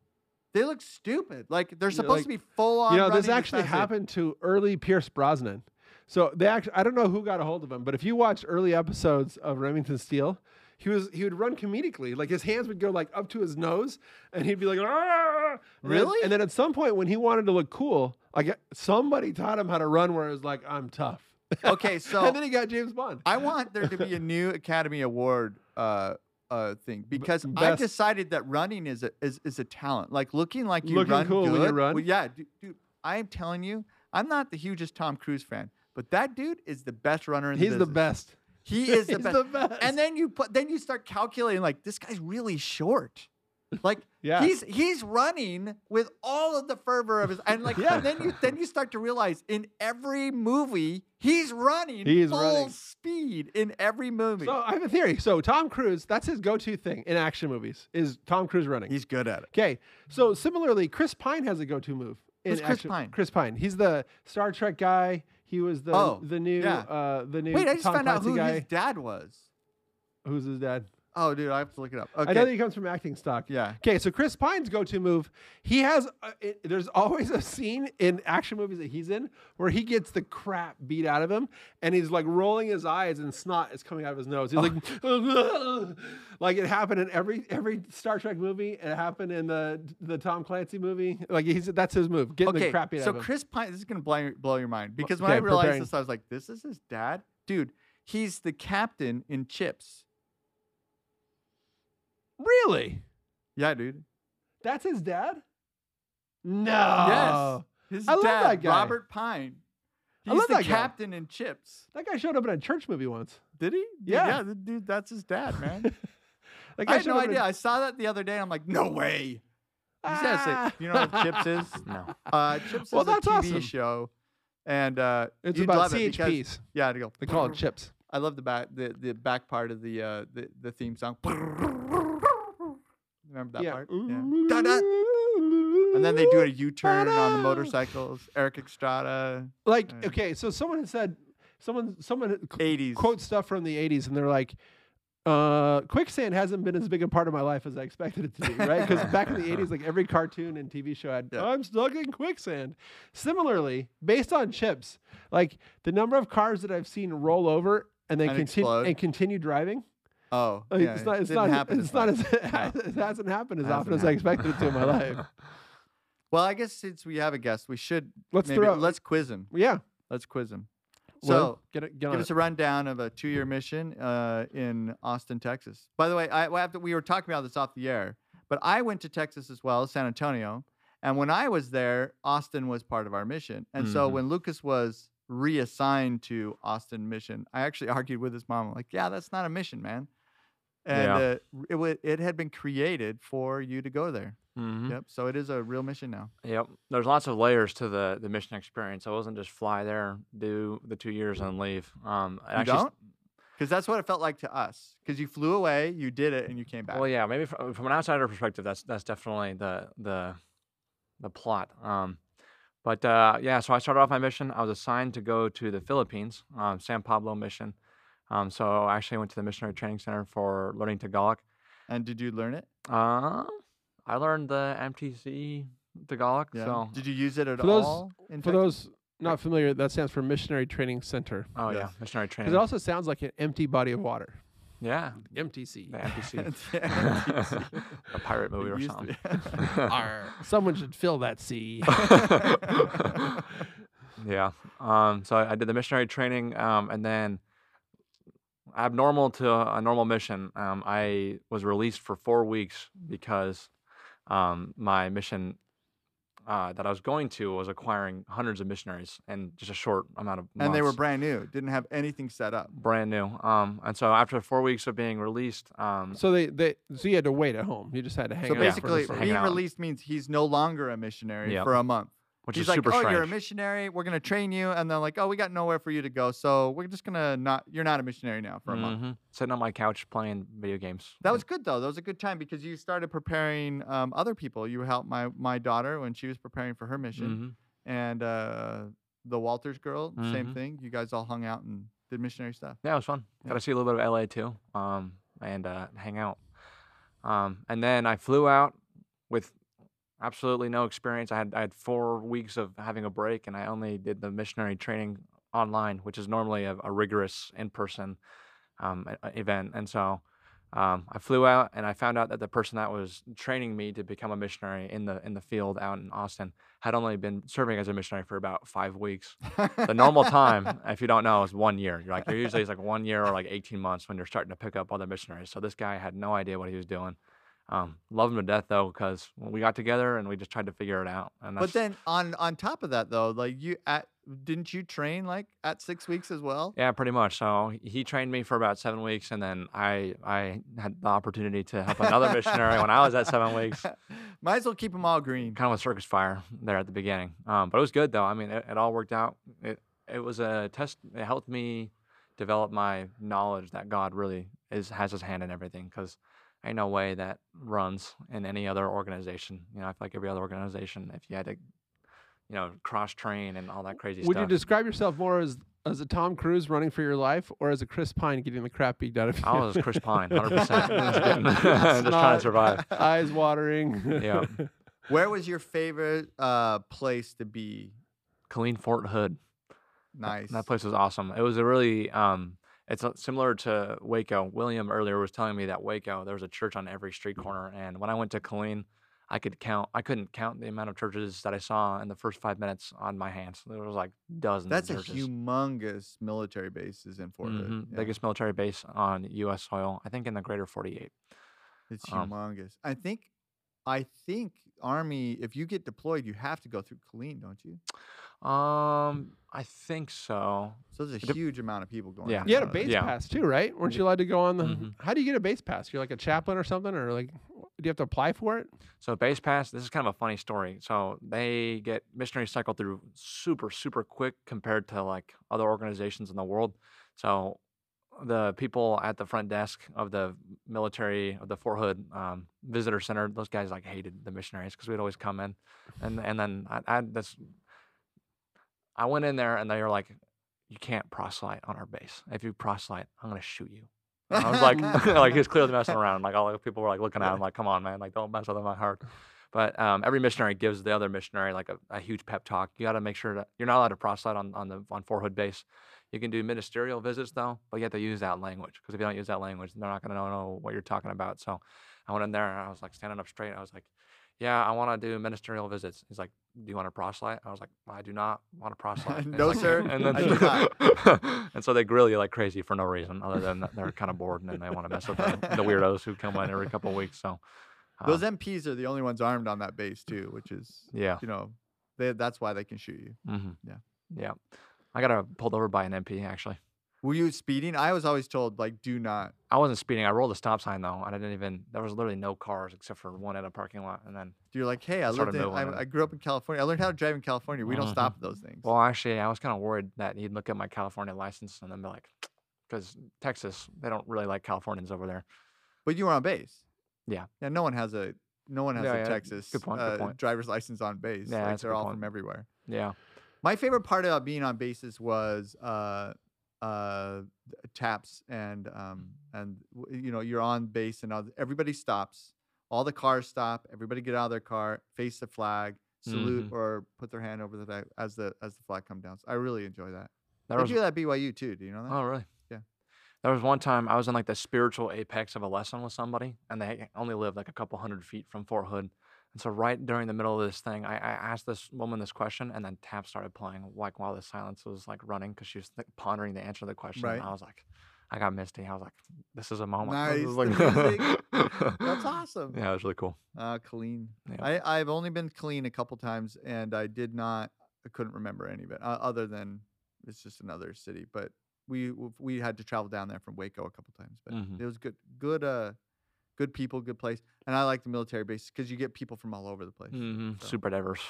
Speaker 1: They look stupid. Like they're supposed to be full on.
Speaker 2: you know, this
Speaker 1: running
Speaker 2: actually
Speaker 1: as fast as-
Speaker 2: happened to early Pierce Brosnan. So they actually, I don't know who got a hold of him, but if you watch early episodes of Remington Steele, he was he would run comedically, like his hands would go like up to his nose, and he'd be like, "Ah!" And then-
Speaker 1: Really?
Speaker 2: and then at some point when he wanted to look cool, like somebody taught him how to run where it was like, "I'm tough," [LAUGHS]
Speaker 1: Okay, so
Speaker 2: and then he got James Bond.
Speaker 1: I want there to
Speaker 2: [LAUGHS]
Speaker 1: be a new Academy Award uh, uh, thing because I
Speaker 2: best-
Speaker 1: decided that running is a is, is a talent. Like looking like you
Speaker 2: Looking
Speaker 1: run
Speaker 2: cool
Speaker 1: good.
Speaker 2: when you run?
Speaker 1: Well, yeah, dude, dude, I am telling you, I'm not the hugest Tom Cruise fan, but that dude is the best runner in
Speaker 2: He's
Speaker 1: the
Speaker 2: the
Speaker 1: business.
Speaker 2: best.
Speaker 1: He
Speaker 2: [LAUGHS]
Speaker 1: is the,
Speaker 2: He's
Speaker 1: best.
Speaker 2: the best.
Speaker 1: And then you put then you start calculating like this guy's really short. Like
Speaker 2: Yeah.
Speaker 1: he's he's running with all of the fervor of his and like
Speaker 2: [LAUGHS] Yeah.
Speaker 1: and then you then you start to realize in every movie he's running
Speaker 2: He is
Speaker 1: full
Speaker 2: running.
Speaker 1: speed in every movie.
Speaker 2: So I have a theory. So Tom Cruise, that's his go-to thing in action movies, is Tom Cruise running.
Speaker 1: He's good at it.
Speaker 2: Okay. So similarly, Chris Pine has a go-to move. in
Speaker 1: Who's Chris
Speaker 2: action-
Speaker 1: Pine?
Speaker 2: Chris Pine. He's the Star Trek guy. He was the
Speaker 1: Oh,
Speaker 2: the new
Speaker 1: yeah.
Speaker 2: uh, the new
Speaker 1: Wait, I just
Speaker 2: Tom
Speaker 1: found out
Speaker 2: Clancy
Speaker 1: who
Speaker 2: guy.
Speaker 1: his dad was.
Speaker 2: Who's his dad?
Speaker 1: Oh, dude, I have to look it up.
Speaker 2: I know that
Speaker 1: Okay.
Speaker 2: he comes from acting stock.
Speaker 1: Yeah.
Speaker 2: Okay, so Chris Pine's go-to move, he has. Uh, it, there's always [LAUGHS] a scene in action movies that he's in where he gets the crap beat out of him, and he's like rolling his eyes, and snot is coming out of his nose. He's
Speaker 1: Oh.
Speaker 2: like, [LAUGHS] like it happened in every every Star Trek movie. It happened in the the Tom Clancy movie. Like he's that's his move, getting the
Speaker 1: Okay.
Speaker 2: crap beat out
Speaker 1: So
Speaker 2: of him.
Speaker 1: Chris Pine, this is gonna blow your, blow your mind because when
Speaker 2: okay,
Speaker 1: I
Speaker 2: I'm
Speaker 1: realized
Speaker 2: preparing.
Speaker 1: this, I was like, "This is his dad, dude. He's the captain in Chips."
Speaker 2: really?
Speaker 1: Yeah, dude.
Speaker 2: That's his dad? No.
Speaker 1: His
Speaker 2: Oh. I love
Speaker 1: dad,
Speaker 2: that guy.
Speaker 1: Robert Pine.
Speaker 2: I
Speaker 1: He's
Speaker 2: love
Speaker 1: the
Speaker 2: that guy.
Speaker 1: captain in Chips.
Speaker 2: That guy showed up in a church movie once.
Speaker 1: Did he? Dude,
Speaker 2: Yeah.
Speaker 1: yeah, th- dude, that's his dad,
Speaker 2: [LAUGHS]
Speaker 1: man.
Speaker 2: That
Speaker 1: I
Speaker 2: guy
Speaker 1: had
Speaker 2: showed
Speaker 1: no
Speaker 2: up in a-
Speaker 1: idea. I saw that the other day. and I'm like, no way. You said it's a-
Speaker 2: Ah.
Speaker 1: you know
Speaker 2: [LAUGHS]
Speaker 1: what Chips is?
Speaker 3: no.
Speaker 1: Uh, Chips
Speaker 2: Well,
Speaker 1: is a
Speaker 2: that's
Speaker 1: TV
Speaker 2: awesome.
Speaker 1: show, and uh,
Speaker 2: It's
Speaker 1: you'd
Speaker 2: about
Speaker 1: love it because-
Speaker 2: CHPs.
Speaker 1: yeah, to go.
Speaker 2: They call it chips.
Speaker 1: I love the back the, the back part of the uh the, the theme song. Remember that part? Da, da. And then they do a U turn on the
Speaker 2: Ta-da.
Speaker 1: motorcycles. Eric Estrada,
Speaker 2: Like,
Speaker 1: Yeah.
Speaker 2: okay, so someone had said, someone, someone qu-
Speaker 1: eighties.
Speaker 2: quotes stuff from the 80s and they're like, uh, quicksand hasn't been as big a part of my life as I expected it to be, right? Because back in the 80s, like every cartoon and TV show had,
Speaker 1: Yeah.
Speaker 2: I'm stuck in quicksand. Similarly, based on chips, like the number of cars that I've seen roll over and then
Speaker 1: And
Speaker 2: continue
Speaker 1: explode.
Speaker 2: and continue driving
Speaker 1: Oh,
Speaker 2: Like,
Speaker 1: yeah,
Speaker 2: it's
Speaker 1: it
Speaker 2: not. It's
Speaker 1: didn't
Speaker 2: not.
Speaker 1: happen
Speaker 2: It's not.
Speaker 1: much.
Speaker 2: As, [LAUGHS] it hasn't happened as
Speaker 3: Hasn't
Speaker 2: often as I
Speaker 3: happened.
Speaker 2: expected it to in my life.
Speaker 1: Well, I guess since we have a guest, we should
Speaker 2: Let's
Speaker 1: maybe
Speaker 2: throw.
Speaker 1: let's quiz him.
Speaker 2: yeah.
Speaker 1: Let's quiz him.
Speaker 2: Well,
Speaker 1: So
Speaker 2: get it. Get on
Speaker 1: give
Speaker 2: it.
Speaker 1: us a rundown of a two-year mission uh, in Austin, Texas. By the way, I, I have to- we were talking about this off the air, but I went to Texas as well, San Antonio, and when I was there, Austin was part of our mission. And so
Speaker 2: Mm-hmm.
Speaker 3: Mhm.
Speaker 1: when Lucas was reassigned to Austin mission, I actually [LAUGHS] argued with his mom, like, "Yeah, that's not a mission, man." And
Speaker 3: Yeah.
Speaker 1: uh, it wa it had been created for you to go there.
Speaker 3: hmm
Speaker 2: Mm-hmm.
Speaker 1: Yep. So it is a real mission now.
Speaker 3: Yep. There's lots of layers to the the mission experience. I wasn't just fly there, do the two years, and leave. Um, I
Speaker 1: You
Speaker 3: actually, s-
Speaker 1: don't? Because that's what it felt like to us. Because you flew away, you did it, and you came back.
Speaker 3: Well, yeah, maybe uh, from, from an outsider perspective, that's that's definitely the the the plot. Um, but uh, yeah, so I started off my mission. I was assigned to go to the Philippines, um, San Pablo mission. Um, so I actually went to the Missionary Training Center for Learning Tagalog.
Speaker 1: And did you learn it?
Speaker 3: Uh, I learned the MTC Tagalog. So
Speaker 1: Did you use it at
Speaker 2: For those-
Speaker 1: all? In
Speaker 2: For
Speaker 1: Texas?
Speaker 2: those not familiar, that stands for Missionary Training Center.
Speaker 3: oh yeah,
Speaker 1: Yes.
Speaker 3: missionary training.
Speaker 2: Because it also sounds like an empty body of water.
Speaker 1: [LAUGHS]
Speaker 3: yeah, [LAUGHS]
Speaker 2: MTC.
Speaker 3: the
Speaker 2: [LAUGHS]
Speaker 3: MTC, [LAUGHS]
Speaker 1: Yeah,
Speaker 3: a pirate movie
Speaker 1: it [LAUGHS]
Speaker 3: or
Speaker 1: used to
Speaker 3: [LAUGHS] something.
Speaker 1: be.
Speaker 2: Someone should fill that sea.
Speaker 3: yeah. Um, so I I did the missionary training, um, and then abnormal to a normal mission, um, I was released for four weeks because um, my mission uh, that I was going to was acquiring hundreds of missionaries in just a short amount of months
Speaker 1: and they were brand new, didn't have anything set up.
Speaker 3: brand new. Um, and so after four weeks of being released,
Speaker 2: [LAUGHS]
Speaker 3: um,
Speaker 2: so they, they so you had to wait at home. You just had to hang
Speaker 1: So
Speaker 2: out.
Speaker 3: Yeah,
Speaker 2: for
Speaker 1: basically,
Speaker 2: the
Speaker 3: hanging
Speaker 1: being
Speaker 3: out.
Speaker 1: released means he's no longer a missionary
Speaker 3: Yep.
Speaker 1: for a month.
Speaker 3: which
Speaker 1: he's
Speaker 3: is
Speaker 1: like,
Speaker 3: super
Speaker 1: oh,
Speaker 3: strange.
Speaker 1: you're a missionary. We're gonna train you, and they're like, oh, we got nowhere for you to go, so we're just gonna not. You're not a missionary now for a month.
Speaker 3: Mhm. Sitting on my couch playing video games.
Speaker 1: That was good though. That was a good time because you started preparing um, other people. You helped my my daughter when she was preparing for her mission,
Speaker 3: Mhm.
Speaker 1: and uh, the Walters girl, same
Speaker 3: Mhm.
Speaker 1: thing. You guys all hung out and did missionary stuff.
Speaker 3: Yeah, it was fun.
Speaker 1: Yeah.
Speaker 3: Got to see a little bit of LA too, um, and uh, hang out. Um, and then I flew out with absolutely no experience. I had I had four weeks of having a break, and I only did the missionary training online, which is normally a, a rigorous in person um, e- e- event. And so um, I flew out, and I found out that the person that was training me to become a missionary in the in the field out in Austin had only been serving as a missionary for about five weeks the normal time, if you don't know, is one year. You're like you're usually it's like one year or like 18 months when you're starting to pick up other missionaries. So this guy had no idea what he was doing. Um, love him to death though, because we got together and we just tried to figure it out. And
Speaker 1: But
Speaker 3: that's,
Speaker 1: then on on top of that though, like you at didn't you train like at six weeks as well?
Speaker 3: yeah, pretty much. So he- he trained me for about seven weeks, and then I I had the opportunity to help another missionary when I was at seven weeks.
Speaker 1: [LAUGHS] Might as well keep them all green.
Speaker 3: Kind of a circus fire there at the beginning, um, but it was good though. I mean, it, it all worked out. It it was a test. It helped me develop my knowledge that God really is has His hand in everything. Because ain't no way that runs in any other organization. You know, I feel like every other organization, if you had to, you know, cross train and all that crazy
Speaker 2: Would
Speaker 3: stuff.
Speaker 2: you describe yourself more as as a Tom Cruise running for your life, or as a Chris Pine getting the crap beat out of you?
Speaker 3: I was Chris
Speaker 1: [LAUGHS]
Speaker 3: Pine, 100%. Just, kidding.
Speaker 1: That's
Speaker 3: [LAUGHS] Just trying to
Speaker 1: [LAUGHS]
Speaker 2: not-
Speaker 3: survive.
Speaker 2: [LAUGHS] Eyes watering.
Speaker 3: Yeah.
Speaker 1: Where was your favorite uh place to be?
Speaker 3: Colleen Fort Hood.
Speaker 1: Nice.
Speaker 3: That place was awesome. It was a really um it's uh, similar to Waco. William earlier was telling me that Waco there was a church on every street corner and when I went to Colleen I could count I couldn't count the amount of churches that I saw in the first 5 minutes on my hands. There was like dozens
Speaker 1: That's a
Speaker 3: of churches.
Speaker 1: humongous military base is in Fort Hood.
Speaker 3: Mhm.
Speaker 1: Yeah.
Speaker 3: Biggest military base on US soil, I think in the greater 48.
Speaker 1: It's
Speaker 3: um,
Speaker 1: humongous. I think I think army if you get deployed you have to go through Killeen, don't you?
Speaker 3: Um I think so.
Speaker 1: So there's a
Speaker 3: dep-
Speaker 1: huge amount of people going.
Speaker 3: Yeah.
Speaker 1: in
Speaker 2: [LAUGHS] You had a
Speaker 1: there.
Speaker 2: base
Speaker 3: Uh, Yeah.
Speaker 2: pass too, right? Weren't you allowed to go on the?
Speaker 3: Mhm.
Speaker 2: How do you get a base pass? You're like a chaplain or something, or like, do you have to apply for it?
Speaker 3: So base pass, this is kind of a funny story. So they get missionary cycle through super, super quick compared to like other organizations in the world. So the people at the front desk of the military of the Fort Hood um, visitor center, those guys like hated the missionaries because we'd always come in, and and then I, I had this, I went in there and they were like, you can't proselyte on our base. If you proselyte, I'm gonna shoot you.
Speaker 1: [LAUGHS]
Speaker 3: [LAUGHS] And I was like, like he was clearly messing around. Like all the people were like looking at him, like, come on, man, like don't mess with my heart. But um, every missionary gives the other missionary like a, a huge pep talk. You got to make sure that you're not allowed to proselyte on, on the on Fort Hood base. You can do ministerial visits though, but you have to use that language because if you don't use that language, they're not going to know what you're talking about. So I went in there and I was like standing up straight. I was like, "Yeah, I want to do ministerial visits." He's like, "Do you want to proselyte?" I was like, "I do not want to
Speaker 1: [LAUGHS]
Speaker 3: proselyte." And he's
Speaker 1: No,
Speaker 3: like-
Speaker 1: sir,
Speaker 3: And
Speaker 1: I do
Speaker 3: then [LAUGHS] and so they grill you like crazy for no reason other than that they're kind of bored and then they want to mess with the, the weirdos who come in every couple of weeks. So uh,
Speaker 1: Those MPs are the only ones armed on that base too, which is
Speaker 3: yeah.
Speaker 1: you know, they, that's why they can shoot you.
Speaker 3: Mm-hmm.
Speaker 1: Yeah.
Speaker 3: Yeah. I got uh, pulled over by an MP actually.
Speaker 1: Were you speeding? I was always told like, do not.
Speaker 3: I wasn't speeding. I rolled a stop sign though, and I didn't even. There was literally no cars except for one at a parking lot. And then,
Speaker 1: You're like, hey, I
Speaker 3: Started
Speaker 1: lived in,
Speaker 3: moving and-
Speaker 1: I, I grew up in California. I learned how to drive in California. We don't
Speaker 3: Mhm.
Speaker 1: stop at those things.
Speaker 3: well, actually, I was kind of worried that he'd look at my California license and then be like, because Texas, they don't really like Californians over there.
Speaker 1: but you were on base.
Speaker 3: Yeah.
Speaker 1: Yeah. No one has a no one has
Speaker 3: Yeah,
Speaker 1: a
Speaker 3: yeah,
Speaker 1: Texas
Speaker 3: good point, good
Speaker 1: uh,
Speaker 3: point.
Speaker 1: driver's license on base.
Speaker 3: Yeah,
Speaker 1: like,
Speaker 3: that's a
Speaker 1: they're
Speaker 3: good
Speaker 1: all
Speaker 3: point.
Speaker 1: from everywhere.
Speaker 3: Yeah.
Speaker 1: My favorite part about being on bases was uh, uh, taps and um, and w- you know you're on base and all, everybody stops, all the cars stop, everybody get out of their car, face the flag, salute
Speaker 3: Mm-hmm.
Speaker 1: or put their hand over the flag as the as the flag come down. So I really enjoy that.
Speaker 3: There
Speaker 1: they
Speaker 3: was
Speaker 1: do that at BYU too. Do you know that?
Speaker 3: Oh, really?
Speaker 1: Yeah.
Speaker 3: There was one time I was in like the spiritual apex of a lesson with somebody, and they only lived like a couple hundred feet from Fort Hood. And so, right during the middle of this thing, I, I asked this woman this question, and then tap started playing like while the silence was like running because she was like, pondering the answer to the question.
Speaker 1: Right.
Speaker 3: And I was like, I got misty. I was like, this is a moment. [LAUGHS] This is
Speaker 1: Nice, the
Speaker 3: like- [GASPS]
Speaker 1: That's awesome.
Speaker 3: Yeah, it was really cool.
Speaker 1: Uh, Colleen.
Speaker 3: Yeah.
Speaker 1: I, I've only been Colleen a couple times, and I did not, I couldn't remember any of it, uh, other than it's just another city. But we w- we had to travel down there from Waco a couple times, but
Speaker 3: Mhm.
Speaker 1: it was good, good, uh, good people, good place, and I like the military base because you get people from all over the place.
Speaker 3: hmm
Speaker 1: So,
Speaker 3: Super diverse.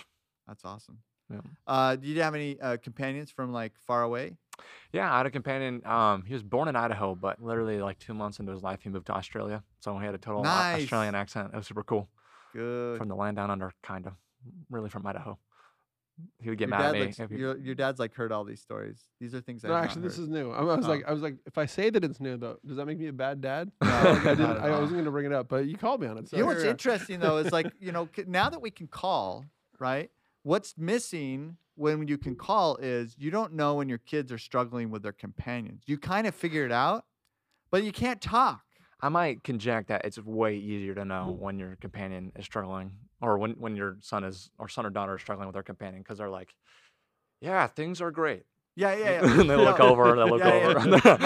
Speaker 1: That's awesome.
Speaker 3: Yeah.
Speaker 1: Uh, do you have any uh, companions from like far away?
Speaker 3: Yeah, I had a companion. Um, he was born in Idaho, but literally like two months into his life, he moved to Australia. So he had a total Au-
Speaker 1: Nice.
Speaker 3: Australian accent. It was super cool.
Speaker 1: Good.
Speaker 3: from the land down under, kind of. Really from Idaho. He would get
Speaker 1: your,
Speaker 3: mad at
Speaker 1: dad
Speaker 3: me.
Speaker 1: looks,
Speaker 3: if he-
Speaker 1: your, your dad's like heard all these stories. These are things I
Speaker 2: No, actually, this is new. I, I was
Speaker 1: Oh.
Speaker 2: like, I was like, if I say that it's new, though, does that make me a bad dad?
Speaker 1: No,
Speaker 2: [LAUGHS] like, I,
Speaker 1: not
Speaker 2: didn't,
Speaker 1: at
Speaker 2: I
Speaker 1: all.
Speaker 2: wasn't going to bring it up, but you called me on it. So
Speaker 1: you know what's
Speaker 2: here we are.
Speaker 1: interesting though is like you know c- now that we can call, right? What's missing when you can call is you don't know when your kids are struggling with their companions. You kind of figure it out, but you can't talk.
Speaker 3: I might conject that it's way easier to know
Speaker 1: Mm-hmm.
Speaker 3: when your companion is struggling or when, when your son is or son or daughter is struggling with their companion because they're like, yeah, things
Speaker 1: [LAUGHS]
Speaker 3: are great.
Speaker 1: Yeah, yeah, yeah.
Speaker 3: and they look
Speaker 1: No,
Speaker 3: over and they look
Speaker 1: Yeah, yeah.
Speaker 3: over.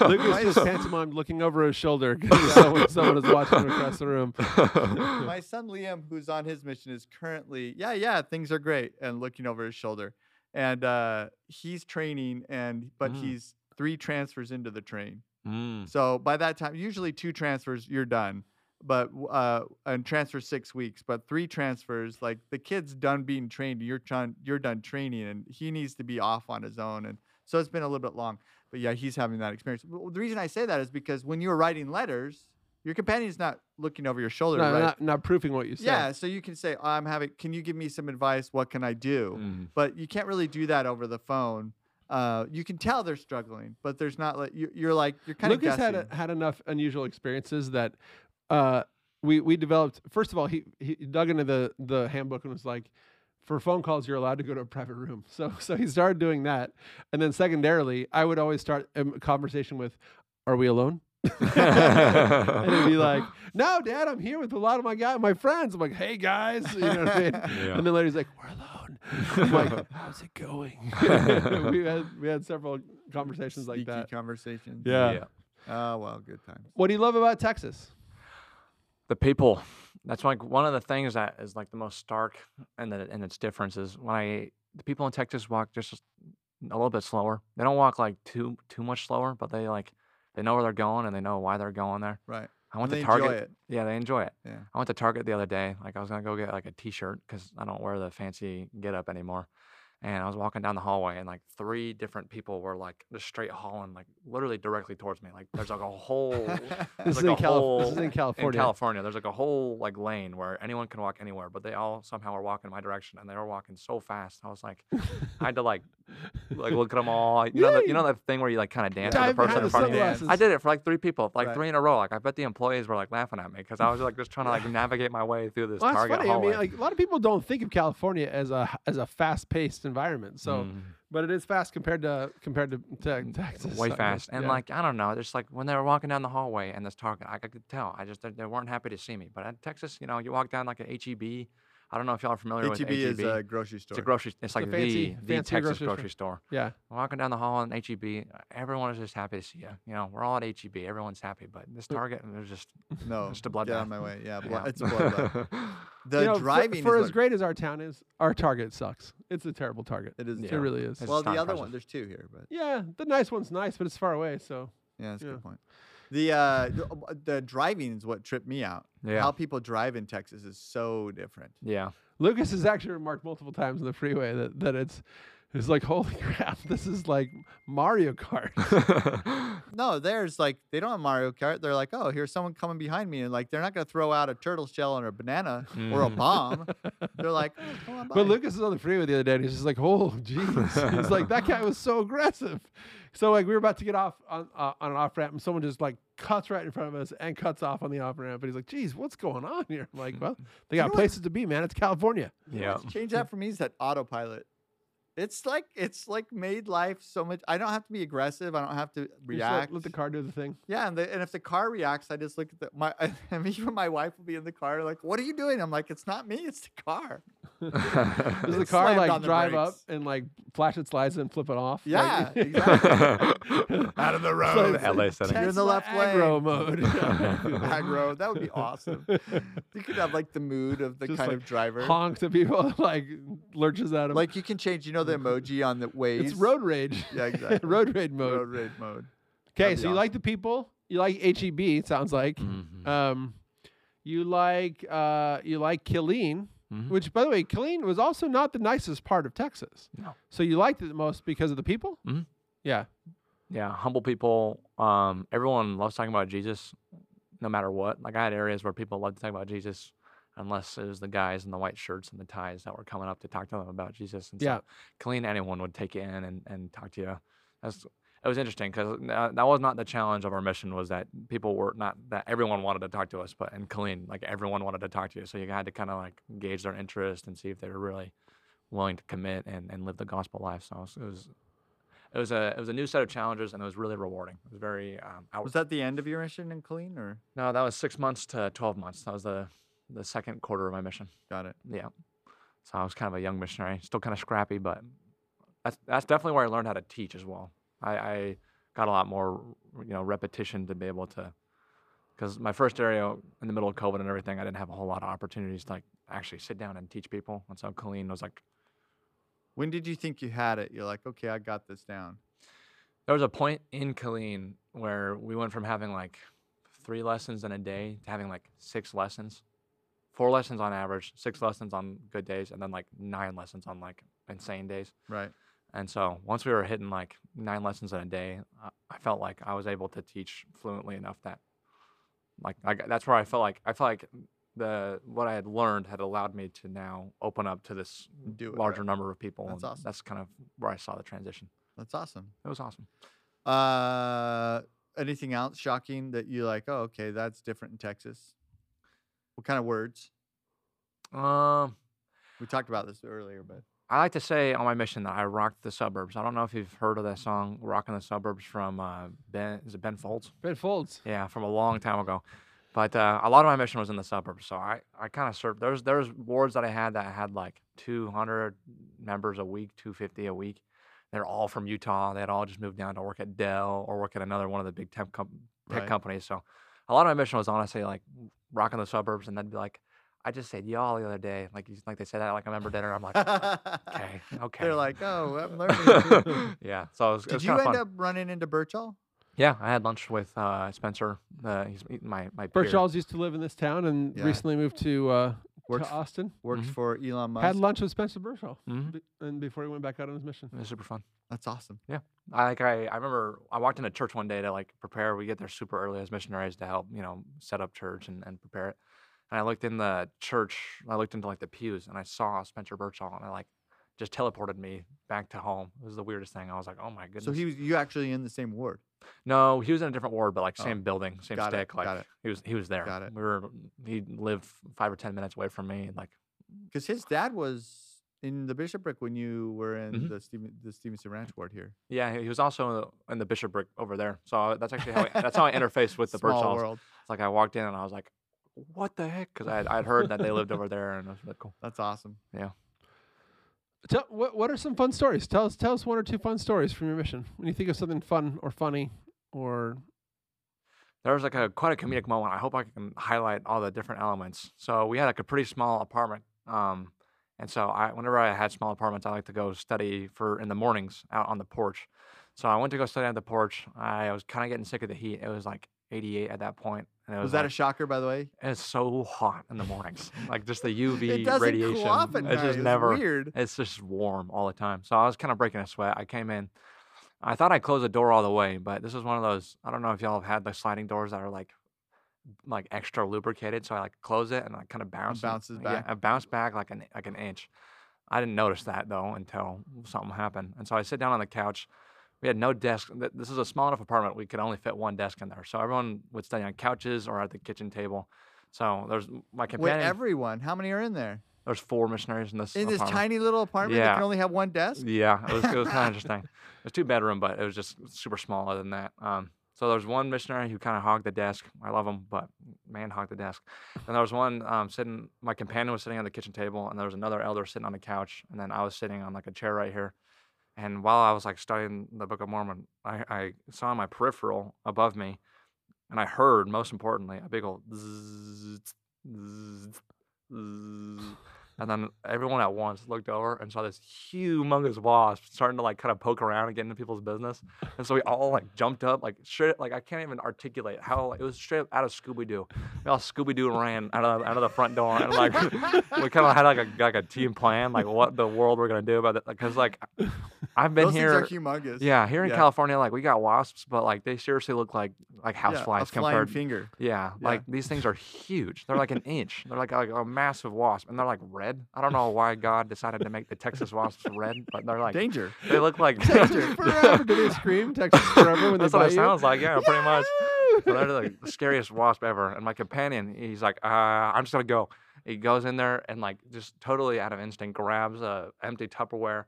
Speaker 1: [LAUGHS] My-
Speaker 2: Lucas just pantomimed looking over his shoulder [LAUGHS] because someone, someone is watching from across the room.
Speaker 1: [LAUGHS] My son Liam, who's on his mission, is currently yeah, yeah, things are great, and looking over his shoulder, and uh, he's training, and but
Speaker 3: Mm.
Speaker 1: he's three transfers into the train.
Speaker 3: [LAUGHS]
Speaker 1: [LAUGHS]
Speaker 2: Hmm.
Speaker 3: Mm,
Speaker 1: So by that time, usually two transfers, you're done. But w- uh, and transfer six weeks, but three transfers, like the kid's done being trained, you're trying, you're done training, and he needs to be off on his own, and so it's been a little bit long. But yeah, he's having that experience. W- The reason I say that is because when you're writing letters, your companion's not looking over your
Speaker 2: No,
Speaker 1: shoulder, right?
Speaker 2: not, not proofing what you said.
Speaker 1: yeah, so you can say, "I'm having. Can you give me some advice? What can I do?"
Speaker 2: Hmm.
Speaker 3: mm.
Speaker 1: but you can't really do that over the phone. Uh, you can tell they're struggling, but there's not like you, you're like you're kind
Speaker 2: Lucas
Speaker 1: of guessing.
Speaker 2: had a, had enough unusual experiences that uh, we we developed. First of all, he he dug into the the handbook and was like, for phone calls, you're allowed to go to a private room. [LAUGHS] So so he started doing that, and then secondarily, I would always start a m- conversation with, "Are we alone?" and it'd
Speaker 3: [LAUGHS]
Speaker 2: be
Speaker 1: [LAUGHS]
Speaker 2: like, "No, Dad, I'm here with a lot of my guy, my friends." I'm like, "Hey guys," [LAUGHS] you know what I mean?
Speaker 3: Yeah.
Speaker 2: And then later he's like, "We're alone." I'm like,
Speaker 1: [LAUGHS]
Speaker 2: "How's it going?" [LAUGHS] we had we had several conversations like
Speaker 1: Sneaky
Speaker 2: that.
Speaker 1: conversations.
Speaker 2: Yeah.
Speaker 3: yeah.
Speaker 1: Oh well, good times.
Speaker 2: What do you love about Texas?
Speaker 3: the people that's like one of the things that is like the most stark and the, and its difference is when i the people in texas walk just a little bit slower they don't walk like too too much slower but they like they know where they're going and they know why they're going there
Speaker 1: Right.
Speaker 3: i went
Speaker 1: And
Speaker 3: to
Speaker 1: they
Speaker 3: target
Speaker 1: enjoy it.
Speaker 3: yeah they enjoy it
Speaker 1: Yeah.
Speaker 3: i went to target the other day like i was gonna go get like a t-shirt because i don't wear the fancy get up anymore and i was walking down the hallway and like three different people were like just straight hauling like literally directly towards me like there's like a whole [LAUGHS]
Speaker 1: [LAUGHS]
Speaker 2: This
Speaker 3: It's
Speaker 2: is,
Speaker 3: like
Speaker 2: in
Speaker 3: a
Speaker 2: Calif- this
Speaker 3: whole-
Speaker 2: is in California.
Speaker 3: in California, there's like a whole like lane where anyone can walk anywhere, but they all somehow were walking my direction, and they were walking so fast. I was like, I had to like like look at them all. like, You know, that,
Speaker 2: Yeah.
Speaker 3: you know that thing where you like kind of dance
Speaker 2: Dive
Speaker 3: with the person
Speaker 2: behind
Speaker 3: in
Speaker 2: the
Speaker 3: front of you.
Speaker 2: sunglasses.
Speaker 3: I did it for like three people, like
Speaker 1: Right.
Speaker 3: three in a row. Like I bet the employees were like laughing at me because I was like just trying
Speaker 2: [LAUGHS]
Speaker 3: to like navigate my way through this
Speaker 2: Well, that's
Speaker 3: Target
Speaker 2: funny. I
Speaker 3: hallway.
Speaker 2: mean, like a lot of people don't think of California as a as a fast paced environment. So,
Speaker 3: Mm.
Speaker 2: but it is fast compared to compared to, to Texas.
Speaker 3: way
Speaker 2: I guess.
Speaker 3: fast. And
Speaker 2: Yeah.
Speaker 3: like I don't know, just like when they were walking down the hallway and this Target, I could tell. I just they, they weren't happy to see me. But in Texas, you know, you walk down like an HEB. I don't know if y'all are familiar with
Speaker 2: E
Speaker 1: HEB
Speaker 3: HEB.
Speaker 1: E is a grocery store.
Speaker 3: E it's a grocery. It's like
Speaker 2: fancy-
Speaker 3: the the
Speaker 2: fancy
Speaker 3: Texas
Speaker 2: grocery store.
Speaker 3: grocery store.
Speaker 2: yeah,
Speaker 3: Walking down the hall in HEB, uh, everyone is just happy to see you. You know, we're all at HEB. Everyone's happy, but this Target, there's just
Speaker 1: no,
Speaker 3: just a
Speaker 1: Get out
Speaker 3: bloodbath.
Speaker 1: of my way. Yeah, blo-
Speaker 3: yeah.
Speaker 1: it's
Speaker 3: [LAUGHS]
Speaker 1: a bloodbath. The
Speaker 2: You know, for-
Speaker 1: driving
Speaker 2: for,
Speaker 1: is
Speaker 2: as
Speaker 1: what-
Speaker 2: great as our town is, our Target sucks. It's a terrible Target.
Speaker 1: It is.
Speaker 3: Yeah.
Speaker 2: It really is.
Speaker 3: It's
Speaker 1: Well, the
Speaker 3: not
Speaker 1: other one,
Speaker 3: impressive.
Speaker 1: there's two here, but
Speaker 2: yeah, the nice one's nice, but it's far away. So
Speaker 1: yeah, that's a
Speaker 2: Yeah.
Speaker 1: good point. The uh, the, the driving is what tripped me out.
Speaker 3: yeah,
Speaker 1: How people drive in Texas is so different.
Speaker 3: yeah.
Speaker 2: Lucas has actually remarked multiple times on the freeway that that it's it's like holy [LAUGHS] crap, this is like Mario Kart.
Speaker 1: No, there's like they don't have Mario Kart. They're like, oh, here's someone coming behind me, and like they're not gonna throw out a turtle shell or a banana or a
Speaker 3: Mhm. [LAUGHS]
Speaker 1: bomb. They're like, oh, come on by.
Speaker 2: But Lucas was on the freeway the other day, and he's just like, "Oh, [LAUGHS] jeez!" he's like, "That guy was so aggressive." So like, we were about to get off on uh, on an off ramp, and someone just like cuts right in front of us and cuts off on the off ramp. And he's like, "Geez, what's going on here?" I'm like, "Well, they
Speaker 1: know [LAUGHS]
Speaker 2: got
Speaker 1: what-
Speaker 2: places to be, man. It's California."
Speaker 3: yeah.
Speaker 1: change that for me is that autopilot. It's like it's like made life so much. I don't have to be aggressive. I don't have to
Speaker 2: You just let-
Speaker 1: react.
Speaker 2: let the car do
Speaker 1: [LAUGHS]
Speaker 2: the thing.
Speaker 1: Yeah, and, the, and if the car reacts, I just look at the, my. [LAUGHS] I, and even my wife will be in the car, like, "What are you doing?" I'm like, "It's not me. It's the car." It
Speaker 2: Does the car
Speaker 1: slammed
Speaker 2: like
Speaker 1: on the
Speaker 2: drive up
Speaker 1: brakes.
Speaker 2: and like flash its lights and flip it off? Like- [LAUGHS]
Speaker 1: Yeah, exactly. Out
Speaker 3: [LAUGHS]
Speaker 1: of the [LAUGHS] road.
Speaker 2: it's like [LAUGHS]
Speaker 3: LA setting.
Speaker 1: You're in the
Speaker 2: Tesla
Speaker 1: left lane.
Speaker 2: aggro mode.
Speaker 1: [LAUGHS]
Speaker 2: [LAUGHS]
Speaker 1: Aggro. That would be awesome. You could have like the mood of the
Speaker 2: Just,
Speaker 1: kind
Speaker 2: like,
Speaker 1: of driver.
Speaker 2: Honks to people, [LAUGHS] like lurches at them.
Speaker 1: Like you can change. You know the emoji on the Waze.
Speaker 2: it's road [LAUGHS] rage.
Speaker 1: Yeah, exactly.
Speaker 2: road rage mode.
Speaker 1: Road rage mode.
Speaker 2: Okay,
Speaker 1: That'd
Speaker 2: so
Speaker 1: be
Speaker 2: you like the people, you like HEB, it sounds like.
Speaker 3: Mhm.
Speaker 2: Um, you like uh, you like Killeen,
Speaker 3: Mhm.
Speaker 2: which by the way, Killeen was also not the nicest part of Texas.
Speaker 3: No.
Speaker 2: So you liked it the most because of the people.
Speaker 3: Mhm.
Speaker 2: Yeah.
Speaker 3: Yeah, humble people. Um, everyone loves talking about Jesus, no matter what. Like I had areas where people loved to talk about Jesus, unless it was the guys in the white shirts and the ties that were coming up to talk to them about Jesus. And
Speaker 2: Yeah.
Speaker 3: so, clean anyone would take you in and, and talk to you. That's it was interesting because uh, that was not the challenge of our mission was that people were not that everyone wanted to talk to us, but in clean like everyone wanted to talk to you. So you had to kind of like gauge their interest and see if they were really willing to commit and, and live the gospel life. So it was, it was it was a it was a new set of challenges and it was really rewarding. It was very um, out-
Speaker 1: Was that the end of your mission in clean or?
Speaker 3: no, that was six months to twelve months. That was the the second quarter of my mission.
Speaker 1: Got it.
Speaker 3: Yeah, so I was kind of a young missionary, still kind of scrappy, but that's that's definitely where I learned how to teach as well. I, I got a lot more you know repetition to be able to because my first area in the middle of COVID and everything, I didn't have a whole lot of opportunities to like actually sit down and teach people. And so Colleen was like,
Speaker 1: When did you think you had it? You're like, okay, I got this down.
Speaker 3: There was a point in Killeen where we went from having like three lessons in a day to having like six lessons, four lessons on average, six lessons on good days, and then like nine lessons on like insane days.
Speaker 1: Right.
Speaker 3: And so once we were hitting like nine lessons in a day, I, I felt like I was able to teach fluently enough that, like, I, got- that's where I felt like I felt like the what I had learned had allowed me to now open up to this
Speaker 1: Do it. right.
Speaker 3: larger number of people.
Speaker 1: That's
Speaker 3: and
Speaker 1: awesome.
Speaker 3: That's kind of where I saw the transition.
Speaker 1: That's awesome.
Speaker 3: It was awesome.
Speaker 1: Uh, anything else shocking that you like? Oh, okay, that's different in Texas. What kind of words?
Speaker 3: Um.
Speaker 1: We talked about this earlier, but [LAUGHS]
Speaker 3: I like to say on my mission that I rocked the suburbs. I don't know if you've heard of that song "Rocking the Suburbs" from uh, Ben. Is it Ben Folds?
Speaker 2: Ben Folds.
Speaker 3: Yeah, from a long time ago. But uh, a lot of my mission was in the suburbs, so I, I kind of served. There's there's wards that I had that had like 200 members a week, 250 a week. They're all from Utah. They had all just moved down to work at Dell or work at another one of the big temp com- tech
Speaker 1: Right.
Speaker 3: companies. So a lot of my mission was honestly like rocking the suburbs, and then be like, I just said y'all the other day, like you- like they said that like I remember dinner. I'm like, okay,
Speaker 1: [LAUGHS]
Speaker 3: okay.
Speaker 1: they're like,
Speaker 3: [LAUGHS]
Speaker 1: oh, I'm learning. too."
Speaker 3: yeah. So it was, it
Speaker 1: Did
Speaker 3: was
Speaker 1: you
Speaker 3: kind
Speaker 1: end
Speaker 3: of fun.
Speaker 1: up running into Birchall?
Speaker 3: yeah, I had lunch with uh, Spencer. Uh, he's he- my my peer.
Speaker 2: Birchall's used to live in this town and
Speaker 1: Yeah.
Speaker 2: recently moved to uh,
Speaker 1: Worked
Speaker 2: to Austin.
Speaker 1: Worked
Speaker 3: Mhm.
Speaker 1: for Elon Musk.
Speaker 2: Had lunch with Spencer Birchall,
Speaker 3: Mhm.
Speaker 2: b- and before he went back out on his mission.
Speaker 3: It was super fun.
Speaker 1: That's awesome.
Speaker 3: I like I, I remember I walked into church one day to like prepare. We get there super early as missionaries to help you know set up church and, and prepare it. And I looked in the church. I looked into like the pews and I saw Spencer Birchall and I like just teleported me back to home. It was the weirdest thing. I was like, oh my goodness.
Speaker 1: So he was you actually in the same ward.
Speaker 3: no, he was in a different ward, but like
Speaker 1: Oh.
Speaker 3: same building, same
Speaker 1: Got it,
Speaker 3: stick. Like
Speaker 1: got it.
Speaker 3: he was he was there.
Speaker 1: Got it.
Speaker 3: We were he lived five or ten minutes away from me. And like
Speaker 1: Because his dad was in the bishopric when you were in
Speaker 3: Mhm.
Speaker 1: the Steven, the Stevenson Ranch ward here.
Speaker 3: yeah, he was also in the bishopric over there. So that's actually how I, that's how I interfaced with
Speaker 1: [LAUGHS]
Speaker 3: the
Speaker 1: Small
Speaker 3: Birchalls.
Speaker 1: world.
Speaker 3: It's like I walked in and I was like, what the heck? Because I had, I'd heard that they lived over there and it was really cool.
Speaker 1: That's awesome.
Speaker 2: Tell, what What are some fun stories? Tell us Tell us one or two fun stories from your mission. When you think of something fun or funny,
Speaker 3: [LAUGHS]
Speaker 2: or
Speaker 3: there was like a quite a comedic moment. I hope I can highlight all the different elements. So we had like a pretty small apartment, um, and so I whenever I had small apartments, I like to go study for in the mornings out on the porch. So I went to go study on the porch. I was kind of getting sick of the heat. It was like 88 at that point, and it was,
Speaker 1: Was that a
Speaker 3: like,
Speaker 1: shocker, by the way?
Speaker 3: it's so hot in the mornings, like just the
Speaker 1: [LAUGHS]
Speaker 3: UV
Speaker 1: it doesn't
Speaker 3: radiation.
Speaker 1: cool off at
Speaker 3: it's
Speaker 1: night.
Speaker 3: just never.
Speaker 1: weird.
Speaker 3: It's just warm all the time. So I was kind of breaking a sweat. I came in. I thought I closed the door all the way, but this is one of those. I don't know if y'all have had the sliding doors that are like, like extra lubricated. So I like close it and I kind of bounce. and-
Speaker 1: bounces back.
Speaker 3: Yeah, I bounce back like an like an inch. I didn't notice that though until something happened. And so I sit down on the couch. We had no desk. th- This is a small enough apartment. We could only fit one desk in there. So everyone would study on couches or at the kitchen table. So there's my
Speaker 1: Wait,
Speaker 3: companion.
Speaker 1: everyone. How many are in there?
Speaker 3: there's four missionaries in this
Speaker 1: In this
Speaker 3: apartment.
Speaker 1: tiny little apartment that can
Speaker 3: Yeah.
Speaker 1: only have one desk?
Speaker 3: Yeah, it was, it was kind of interesting. It was two bedroom, but it was just super small. Other than that, um, so there was one missionary who kind of hogged the desk. I love him, but man, hogged the desk. And there was one um, sitting. My companion was sitting on the kitchen table, and there was another elder sitting on the couch, and then I was sitting on like a chair right here. And while I was like studying the Book of Mormon, I, I saw my peripheral above me, and I heard, most importantly, a big old zzzz, zzzz, zzzz. And then everyone at once looked over and saw this humongous wasp starting to like kind of poke around and get into people's business. And so we all like jumped up, like straight, like I can't even articulate how like, it was straight up out of Scooby Doo. We all Scooby Doo ran out of out of the front door and like [LAUGHS] we kind of had like a like a team plan, like what the world we're gonna do about it. Because like I've been
Speaker 1: Those
Speaker 3: here,
Speaker 1: things are humongous.
Speaker 3: yeah, here in
Speaker 1: Yeah.
Speaker 3: California, like we got wasps, but like they seriously look like like
Speaker 1: Yeah,
Speaker 3: houseflies
Speaker 1: a flying
Speaker 3: compared.
Speaker 1: finger.
Speaker 3: Yeah,
Speaker 1: Yeah.
Speaker 3: like these things are huge. They're like an inch. They're like a, a massive wasp, and they're like red. I don't know why God decided to make the Texas wasps red, but they're like [LAUGHS]
Speaker 1: Danger. [LAUGHS]
Speaker 3: they look like
Speaker 2: Texas
Speaker 3: [LAUGHS]
Speaker 2: forever. Do they scream Texas forever when they
Speaker 3: That's what
Speaker 2: bite
Speaker 3: it
Speaker 2: you? Ah!
Speaker 3: sounds like. Yeah, pretty much. So they're like the scariest wasp ever. And my companion, he's like, uh, I'm just gonna go. He goes in there and like just totally out of instinct grabs a empty Tupperware,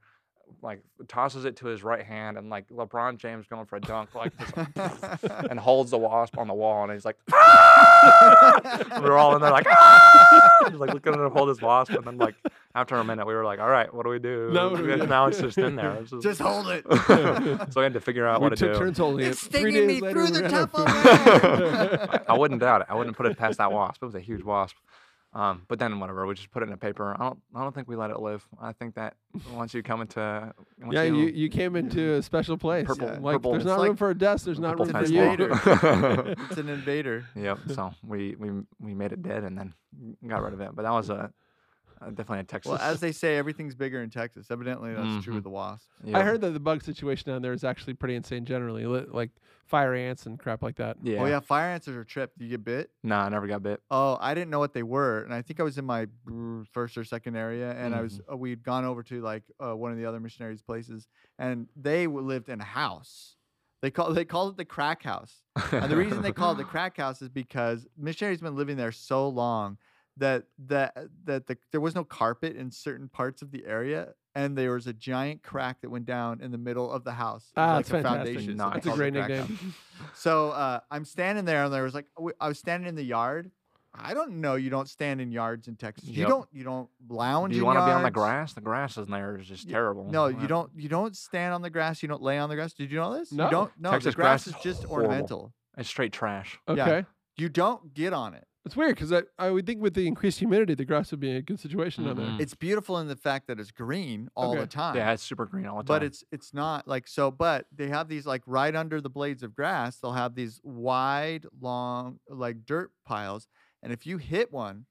Speaker 3: like tosses it to his right hand, and like LeBron James going for a dunk, like
Speaker 1: [LAUGHS]
Speaker 3: just and holds the wasp on the wall, and he's like, "Ah!" we were all in there like, "Ah!" he's like looking to hold this wasp, and then like after a minute, we were like, all right, what do we do?
Speaker 2: Now what do we
Speaker 3: And
Speaker 2: do?
Speaker 3: now it's just in there.
Speaker 2: [LAUGHS]
Speaker 3: It's just-
Speaker 1: Just hold it.
Speaker 3: [LAUGHS] so I had to figure out
Speaker 2: we
Speaker 3: what to
Speaker 2: took
Speaker 3: do.
Speaker 2: turns holding
Speaker 1: It's
Speaker 2: it. Three
Speaker 1: stinging
Speaker 2: days
Speaker 1: me
Speaker 2: later,
Speaker 1: through
Speaker 2: we
Speaker 1: the
Speaker 2: ran out of food.
Speaker 1: Tupperware.
Speaker 3: I wouldn't doubt it. I wouldn't put it past that wasp. It was a huge wasp. Um, but then whatever, we just put it in a paper. I don't, I don't think we let it live. I think that once you come into, once
Speaker 2: yeah, you, you came into a special place.
Speaker 3: Purple-
Speaker 2: like
Speaker 3: purple-
Speaker 2: there's
Speaker 3: it's
Speaker 2: not
Speaker 1: like
Speaker 2: room for a desk. There's not
Speaker 3: purple
Speaker 2: room for
Speaker 1: fence
Speaker 2: you.
Speaker 1: wall.
Speaker 3: [LAUGHS] Invader.
Speaker 1: it's an invader.
Speaker 2: [LAUGHS]
Speaker 3: yep. So we, we we made it dead and then got rid of it. But that was a, a definitely a Texas.
Speaker 1: Well, as they say, everything's bigger in Texas. Evidently, that's
Speaker 3: Mm-hmm.
Speaker 1: true with the wasps.
Speaker 2: I
Speaker 3: yeah.
Speaker 2: heard that the bug situation down there is actually pretty insane. Generally, li- like fire ants and crap like that.
Speaker 3: Yeah.
Speaker 1: Oh yeah, fire ants are tripped. You get bit.
Speaker 3: No, I never got bit.
Speaker 1: Oh, I didn't know what they were, and I think I was in my br- first or second area, and I was
Speaker 2: Mm-hmm.
Speaker 1: uh, we'd gone over to like uh, one of the other missionaries' places, and they w- lived in a house. They call [LAUGHS] they called it the crack house, and the reason they call
Speaker 2: [LAUGHS]
Speaker 3: [LAUGHS]
Speaker 1: it the crack house is because missionaries been living there so long that that uh, that the, there was no carpet in certain parts of the area, and there was a giant crack that went down in the middle of the house. It was
Speaker 2: Ah,
Speaker 1: like
Speaker 2: that's
Speaker 1: a
Speaker 2: fantastic.
Speaker 1: foundation. so they
Speaker 3: Nice.
Speaker 2: That's a
Speaker 1: called it
Speaker 2: great
Speaker 1: the crack
Speaker 2: nickname. [LAUGHS]
Speaker 1: house. So uh, I'm standing there, and there was like w- I was standing in the yard. I don't know. You don't stand in yards in Texas. You
Speaker 3: Yep.
Speaker 1: don't. You don't lounge.
Speaker 3: Do you
Speaker 1: want to
Speaker 3: be on the grass? The grass in there is just
Speaker 1: Y-
Speaker 3: terrible.
Speaker 1: No, you
Speaker 3: Uh,
Speaker 1: don't. You don't stand on the grass. You don't lay on the grass. Did you know this?
Speaker 2: No.
Speaker 1: You don't. No.
Speaker 3: Texas
Speaker 1: the grass,
Speaker 3: grass is
Speaker 1: is just
Speaker 3: horrible.
Speaker 1: ornamental.
Speaker 3: It's straight trash.
Speaker 2: Okay,
Speaker 1: Yeah. You don't get on it.
Speaker 2: it's weird because I, I would think with the increased humidity, the grass would be a good situation down there.
Speaker 3: Mhm.
Speaker 1: It's beautiful in the fact that it's green all
Speaker 2: Okay.
Speaker 1: the time.
Speaker 3: Yeah, it's super green all the time.
Speaker 1: but it's it's not like so but they have these like right under the blades of grass they'll have these wide long like dirt piles and if you hit one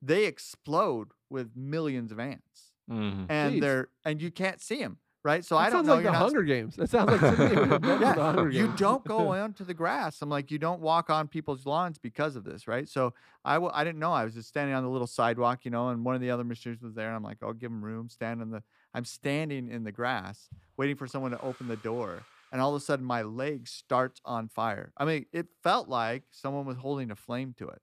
Speaker 1: they explode with millions of ants
Speaker 3: Mhm.
Speaker 1: and
Speaker 2: Jeez.
Speaker 1: they're and you can't see them right so
Speaker 2: That
Speaker 1: i don't
Speaker 2: sounds
Speaker 1: know
Speaker 2: like
Speaker 1: you're
Speaker 2: the
Speaker 1: not
Speaker 2: Hunger Games. That sounds like something you would have done for the
Speaker 1: yeah,
Speaker 2: Hunger
Speaker 1: you
Speaker 2: Games.
Speaker 1: don't
Speaker 2: [LAUGHS]
Speaker 1: go onto the grass. I'm like, you don't walk on people's lawns because of this, right? So I w- I didn't know. I was just standing on the little sidewalk, you know, and one of the other missionaries was there, and I'm like, I'll give him room, stand on the. I'm standing in the grass waiting for someone to open the door. And all of a sudden, my leg starts on fire. I mean, it felt like someone was holding a flame to it.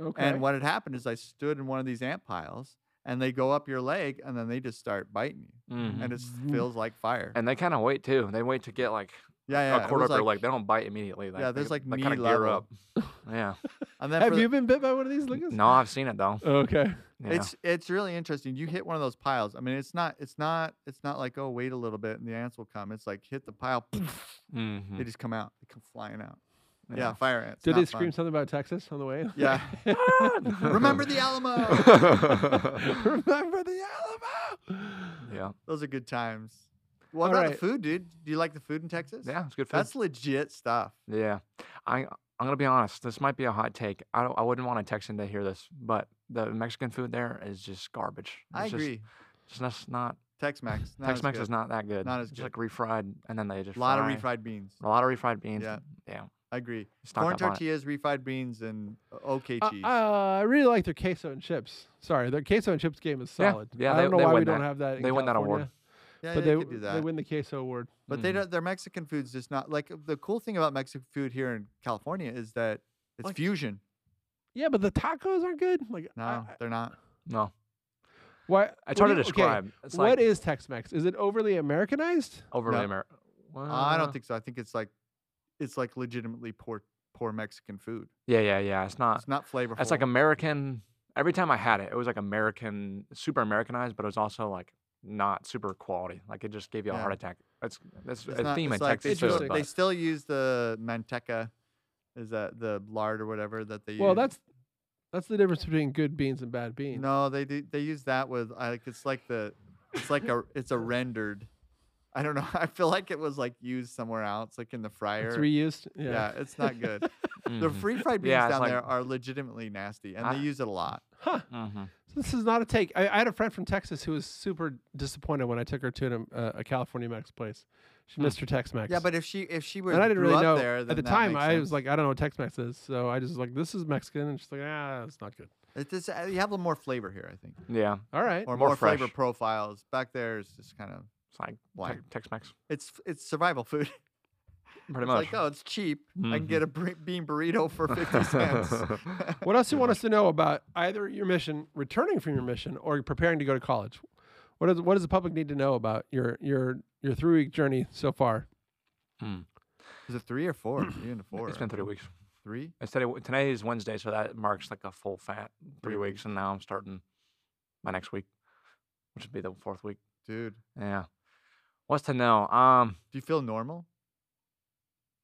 Speaker 2: Okay.
Speaker 1: And what had happened is I stood in one of these ant piles and they go up your leg and then they just start biting you.
Speaker 3: Mhm.
Speaker 1: And it just
Speaker 2: Mhm.
Speaker 1: feels like fire.
Speaker 3: And they kind of wait too. They wait to get like
Speaker 1: yeah, yeah.
Speaker 3: a
Speaker 1: it
Speaker 3: quarter
Speaker 1: was
Speaker 3: up their
Speaker 1: like-
Speaker 3: leg. They don't bite immediately. Like,
Speaker 1: Yeah,
Speaker 3: they,
Speaker 1: there's, like,
Speaker 3: they kinda
Speaker 1: knee
Speaker 3: gear
Speaker 1: level.
Speaker 3: up.
Speaker 1: [LAUGHS]
Speaker 3: Yeah.
Speaker 1: and then
Speaker 2: Have
Speaker 1: for-
Speaker 2: you been bit by one of these lickers?
Speaker 3: No, I've seen it though.
Speaker 2: Okay.
Speaker 3: Yeah.
Speaker 1: It's it's really interesting. You hit one of those piles. I mean, it's not it's not it's not like oh wait a little bit and the ants will come. It's like hit the pile,
Speaker 3: Mhm. [CLEARS THROAT]
Speaker 1: they just come out, they come flying out. Yeah,
Speaker 3: Yeah.
Speaker 1: fire ants.
Speaker 2: Did
Speaker 1: not
Speaker 2: they scream
Speaker 1: fun.
Speaker 2: [LAUGHS] something about Texas on the way? [LAUGHS]
Speaker 1: Yeah. Remember [LAUGHS] the Alamo.
Speaker 2: Remember the Alamo.
Speaker 3: yeah.
Speaker 1: Those are good times. What
Speaker 2: All
Speaker 1: about the
Speaker 2: right.
Speaker 1: food, dude? Do you like the food in Texas?
Speaker 3: Yeah. It's good food.
Speaker 1: that's legit stuff.
Speaker 3: Yeah, I I'm gonna be honest. This might be a hot take. I don't. I wouldn't want a Texan to hear this, but the Mexican food there is just garbage. It's
Speaker 1: I
Speaker 3: just,
Speaker 1: agree.
Speaker 3: Just that's not.
Speaker 1: Tex-Mex. not as
Speaker 3: Tex-Mex
Speaker 1: good.
Speaker 3: is not that good.
Speaker 1: Not as
Speaker 3: It's just like refried, and then they just
Speaker 1: A lot
Speaker 3: fry-
Speaker 1: of refried beans.
Speaker 3: A lot of refried beans.
Speaker 1: Yeah.
Speaker 3: Yeah.
Speaker 1: I agree.
Speaker 3: It's not
Speaker 1: Corn
Speaker 3: gonna buy it.
Speaker 1: tortillas, refried beans, and uh, okay
Speaker 2: I,
Speaker 1: cheese.
Speaker 2: I really like their queso and chips. Sorry, their queso and chips game is
Speaker 3: Yeah,
Speaker 2: solid.
Speaker 3: yeah,
Speaker 2: I
Speaker 3: they-
Speaker 2: don't know
Speaker 3: they
Speaker 2: why we
Speaker 3: win
Speaker 2: don't
Speaker 3: that.
Speaker 2: have that. In
Speaker 3: They win that award.
Speaker 2: California,
Speaker 1: yeah,
Speaker 2: but
Speaker 1: yeah,
Speaker 2: they
Speaker 1: you could do
Speaker 2: they
Speaker 1: that.
Speaker 2: win the queso award.
Speaker 1: But they
Speaker 3: Mhm.
Speaker 1: don't, their Mexican food's just not like uh, the cool thing about Mexican food here in California is that it's
Speaker 2: Like-
Speaker 1: fusion.
Speaker 2: Yeah, but the tacos aren't good. Like
Speaker 1: No,
Speaker 2: I, I-
Speaker 1: they're not.
Speaker 3: No,
Speaker 2: why?
Speaker 3: it's
Speaker 2: what
Speaker 3: hard to
Speaker 2: do you- okay,
Speaker 3: describe. It's like
Speaker 2: what is Tex-Mex? Is it overly Americanized?
Speaker 3: overly
Speaker 1: No.
Speaker 3: American?
Speaker 1: I
Speaker 2: uh.
Speaker 1: don't think so. I think it's like it's like legitimately poor poor Mexican food.
Speaker 3: Yeah, yeah, yeah. It's
Speaker 2: Uh,
Speaker 3: not.
Speaker 1: It's not flavorful.
Speaker 3: It's like American. Every time I had it, it was like American, super Americanized, but it was also like not super quality. Like it just gave you a
Speaker 1: Yeah.
Speaker 3: heart attack. It's that's
Speaker 1: It's
Speaker 3: a
Speaker 1: not-
Speaker 3: theme
Speaker 1: it's
Speaker 3: in
Speaker 1: like-
Speaker 3: Texas
Speaker 1: it's still-
Speaker 2: just
Speaker 3: food.
Speaker 2: like-
Speaker 1: they
Speaker 3: but-
Speaker 1: still use the manteca, is that the lard or whatever that they
Speaker 2: Well,
Speaker 1: use.
Speaker 2: that's that's the difference between good beans and bad beans.
Speaker 1: no, they do, they use that with I like it's like the it's like a it's a rendered. I don't know. [LAUGHS] I feel like it was like used somewhere else, like in the fryer.
Speaker 2: it's reused. Yeah.
Speaker 1: yeah, it's not good. The
Speaker 3: Mhm,
Speaker 1: free fried beans
Speaker 3: Yeah, it's
Speaker 1: down
Speaker 3: like-
Speaker 1: there are legitimately nasty, and
Speaker 3: I-
Speaker 1: they use it a lot.
Speaker 2: Huh.
Speaker 3: mhm.
Speaker 2: This is not a take. I, I had a friend from Texas who was super disappointed when I took her to um, a, a California Mex place. She
Speaker 3: Hmm.
Speaker 2: missed her Tex-Mex.
Speaker 1: Yeah, but if she if she were
Speaker 2: and I didn't
Speaker 1: grew
Speaker 2: really
Speaker 1: up
Speaker 2: know
Speaker 1: there,
Speaker 2: at
Speaker 1: then
Speaker 2: the
Speaker 1: that
Speaker 2: time.
Speaker 1: makes
Speaker 2: I
Speaker 1: sense.
Speaker 2: was like, I don't know what Tex-Mex is, so I just was like this is Mexican, and she's like, ah, it's not good.
Speaker 1: It's just, uh, you have a little more flavor here, I think,
Speaker 3: Yeah,
Speaker 2: All right,
Speaker 1: or
Speaker 3: More
Speaker 1: more, flavor
Speaker 3: fresh.
Speaker 1: profiles. Back there is just kind of
Speaker 3: it's like
Speaker 1: blank.
Speaker 3: Tex- Tex-Mex,
Speaker 1: It's it's survival food. [LAUGHS]
Speaker 3: pretty
Speaker 1: It's
Speaker 3: much. Mm-hmm.
Speaker 1: like oh, it's cheap. I can get a bur- bean burrito
Speaker 3: [LAUGHS]
Speaker 1: for fifty cents. [LAUGHS]
Speaker 2: what else do you want us to know about either your mission, returning from your mission, or preparing to go to college? What does what does the public need to know about your your your three week journey so far?
Speaker 1: is it three or four? Three and four.
Speaker 3: It's been three weeks.
Speaker 1: Three.
Speaker 3: It's today, today is Wednesday, so that marks like a full fat three,
Speaker 1: Three
Speaker 3: weeks, and now I'm starting my next week, which would be the fourth week.
Speaker 1: Dude,
Speaker 3: Yeah. What's to know? Um,
Speaker 1: do you feel normal?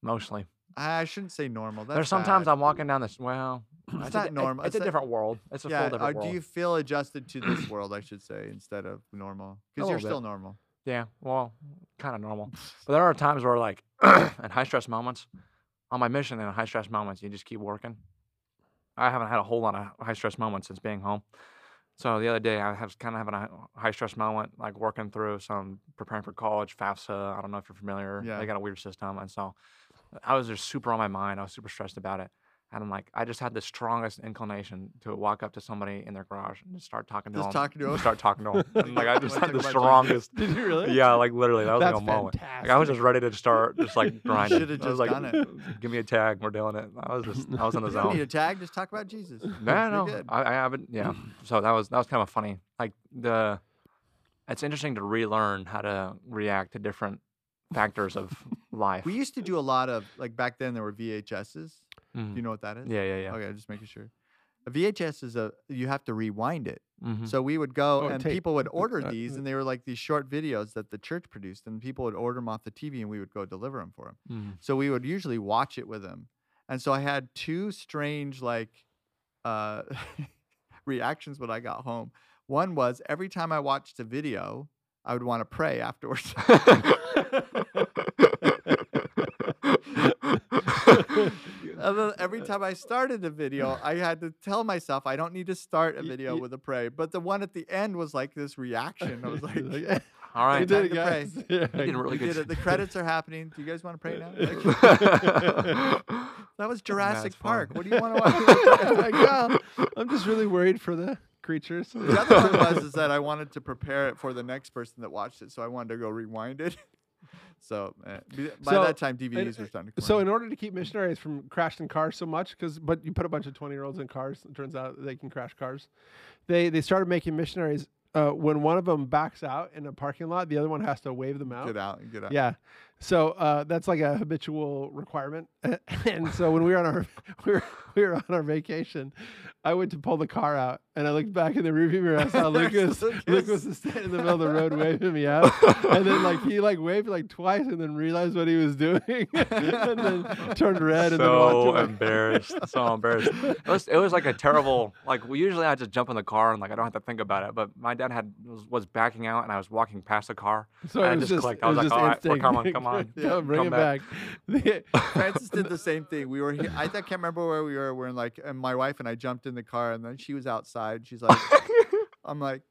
Speaker 3: mostly.
Speaker 1: I I shouldn't say normal. That's
Speaker 3: There's sometimes
Speaker 1: bad.
Speaker 3: I'm walking down this. Well,
Speaker 1: It's
Speaker 3: a
Speaker 1: not
Speaker 3: di- it-
Speaker 1: normal.
Speaker 3: It's,
Speaker 1: It's
Speaker 3: a
Speaker 1: a-
Speaker 3: different world. It's a
Speaker 1: yeah.
Speaker 3: full different
Speaker 1: uh,
Speaker 3: world.
Speaker 1: do you feel adjusted to
Speaker 3: [COUGHS]
Speaker 1: this world? I should say instead of normal, because you're
Speaker 3: little
Speaker 1: still normal.
Speaker 3: Yeah, well, kind of normal. But there are times where, like, [CLEARS THROAT] in high stress moments, on my mission in high stress moments, you just keep working. I haven't had a whole lot of high stress moments since being home. So the other day, I was kind of having a high stress moment, like working through some preparing for college, FAFSA. I don't know if you're familiar.
Speaker 1: Yeah.
Speaker 3: They got a weird system. And so I was just super on my mind. I was super stressed about it. And I'm like, I just had the strongest inclination to walk up to somebody in their garage and just start talking to
Speaker 1: Just
Speaker 3: them.
Speaker 1: talking to 'em.
Speaker 3: Start talking to
Speaker 1: [LAUGHS]
Speaker 3: them. And like, I just
Speaker 1: Wanna
Speaker 3: had
Speaker 1: talk
Speaker 3: the
Speaker 1: about Jesus.
Speaker 3: strongest
Speaker 2: Did you really?
Speaker 3: yeah, like literally, that was
Speaker 2: That's
Speaker 3: like a moment.
Speaker 2: fantastic.
Speaker 3: Like I was just ready to start, just
Speaker 1: [LAUGHS]
Speaker 2: You
Speaker 3: like grinding.
Speaker 1: shoulda
Speaker 3: I was
Speaker 1: just
Speaker 3: like,
Speaker 1: done it.
Speaker 3: Give me a tag, we're doing it. I was just, I was in
Speaker 1: [LAUGHS]
Speaker 3: the
Speaker 1: You don't need a
Speaker 3: zone.
Speaker 1: tag. Just talk about Jesus. You're
Speaker 3: No, no, no,
Speaker 1: good.
Speaker 3: I, I haven't. Yeah, so that was that was kind of funny. Like the, it's interesting to relearn how to react to different factors
Speaker 1: [LAUGHS]
Speaker 3: of life.
Speaker 1: We used to do a lot of like back then. There were VHSs. Do
Speaker 3: Mhm.
Speaker 1: you know what that is?
Speaker 3: Yeah, yeah, yeah.
Speaker 1: Okay, just making sure. A VHS is a you have to rewind it.
Speaker 3: Mhm.
Speaker 1: So we would go
Speaker 2: Oh,
Speaker 1: and
Speaker 2: tape.
Speaker 1: people would order
Speaker 2: uh,
Speaker 1: these, and they were like these short videos that the church produced, and people would order them off the TV, and we would go deliver them for them.
Speaker 3: Mhm.
Speaker 1: So we would usually watch it with them. And so I had two strange like uh, [LAUGHS] reactions when I got home. One was every time I watched a video, I would want to pray afterwards. [LAUGHS]
Speaker 3: mm-hmm.
Speaker 1: And
Speaker 2: [LAUGHS]
Speaker 1: then Uh, every time I started a video, I had to tell myself I don't need to start a
Speaker 2: Y-
Speaker 1: video
Speaker 2: y-
Speaker 1: with a pray. But the one at the end was like this reaction. I was
Speaker 2: [LAUGHS]
Speaker 1: like, [LAUGHS]
Speaker 2: Like, "Oh,
Speaker 1: "You
Speaker 3: [LAUGHS] All right.
Speaker 2: You did
Speaker 1: Time
Speaker 2: it,
Speaker 1: to pray.
Speaker 2: guys. [LAUGHS] Yeah.
Speaker 3: did really good
Speaker 1: did
Speaker 2: [LAUGHS]
Speaker 1: it. The
Speaker 3: job.
Speaker 1: credits are happening. Do you guys want to pray now? Like,
Speaker 2: That's
Speaker 3: That's [LAUGHS]
Speaker 1: that was Jurassic
Speaker 2: [LAUGHS]
Speaker 3: fine. [LAUGHS]
Speaker 1: Park. What do you want to watch? [LAUGHS] It's like, "Oh,
Speaker 2: I'm just really worried for the creatures.
Speaker 1: The other one was is that I wanted to prepare it for the next person that watched it, so I wanted to go rewind it. [LAUGHS] So uh, be- by
Speaker 2: So, eh,
Speaker 1: that time, DVDs were starting to come
Speaker 2: so
Speaker 1: out.
Speaker 2: in order to keep missionaries from crashing cars so much, because but you put a bunch of twenty year olds in cars, it turns out they can crash cars. They they started making missionaries. Uh, when one of them backs out in a parking lot, the other one has to wave them out.
Speaker 1: get out and get out.
Speaker 2: Yeah. So uh, that's like a habitual requirement. [LAUGHS] and so when we were on our [LAUGHS] we were, we were on our vacation, I went to pull the car out and I looked back in the rearview mirror. I
Speaker 3: [LAUGHS]
Speaker 2: saw
Speaker 1: There's
Speaker 2: Lucas.
Speaker 1: Lucas.
Speaker 2: Lucas is standing in the middle of the road waving me out. And then like he like waved like twice and then realized what he was doing [LAUGHS] and then turned red and then
Speaker 3: so um,
Speaker 2: walked away.
Speaker 3: embarrassed.
Speaker 2: [LAUGHS]
Speaker 3: So embarrassed. It was, it was like a terrible. Like we usually I just jump in the car and like I don't have to think about it. But my dad had was, was backing out and I was walking past the car.
Speaker 2: So
Speaker 3: I
Speaker 2: it was
Speaker 3: just clicked. I
Speaker 2: it
Speaker 3: was like,
Speaker 2: just
Speaker 3: "All right, well, come
Speaker 2: instinct.
Speaker 3: on, come
Speaker 2: [LAUGHS]
Speaker 3: on,
Speaker 2: Yeah, bring
Speaker 3: come
Speaker 2: it back. [LAUGHS]
Speaker 1: Francis did the same thing. We were here.
Speaker 3: [LAUGHS]
Speaker 1: I th- can't remember where we were. We're in like, and my wife and I jumped in the car, and then she was outside. She's
Speaker 3: [LAUGHS]
Speaker 1: like, I'm like,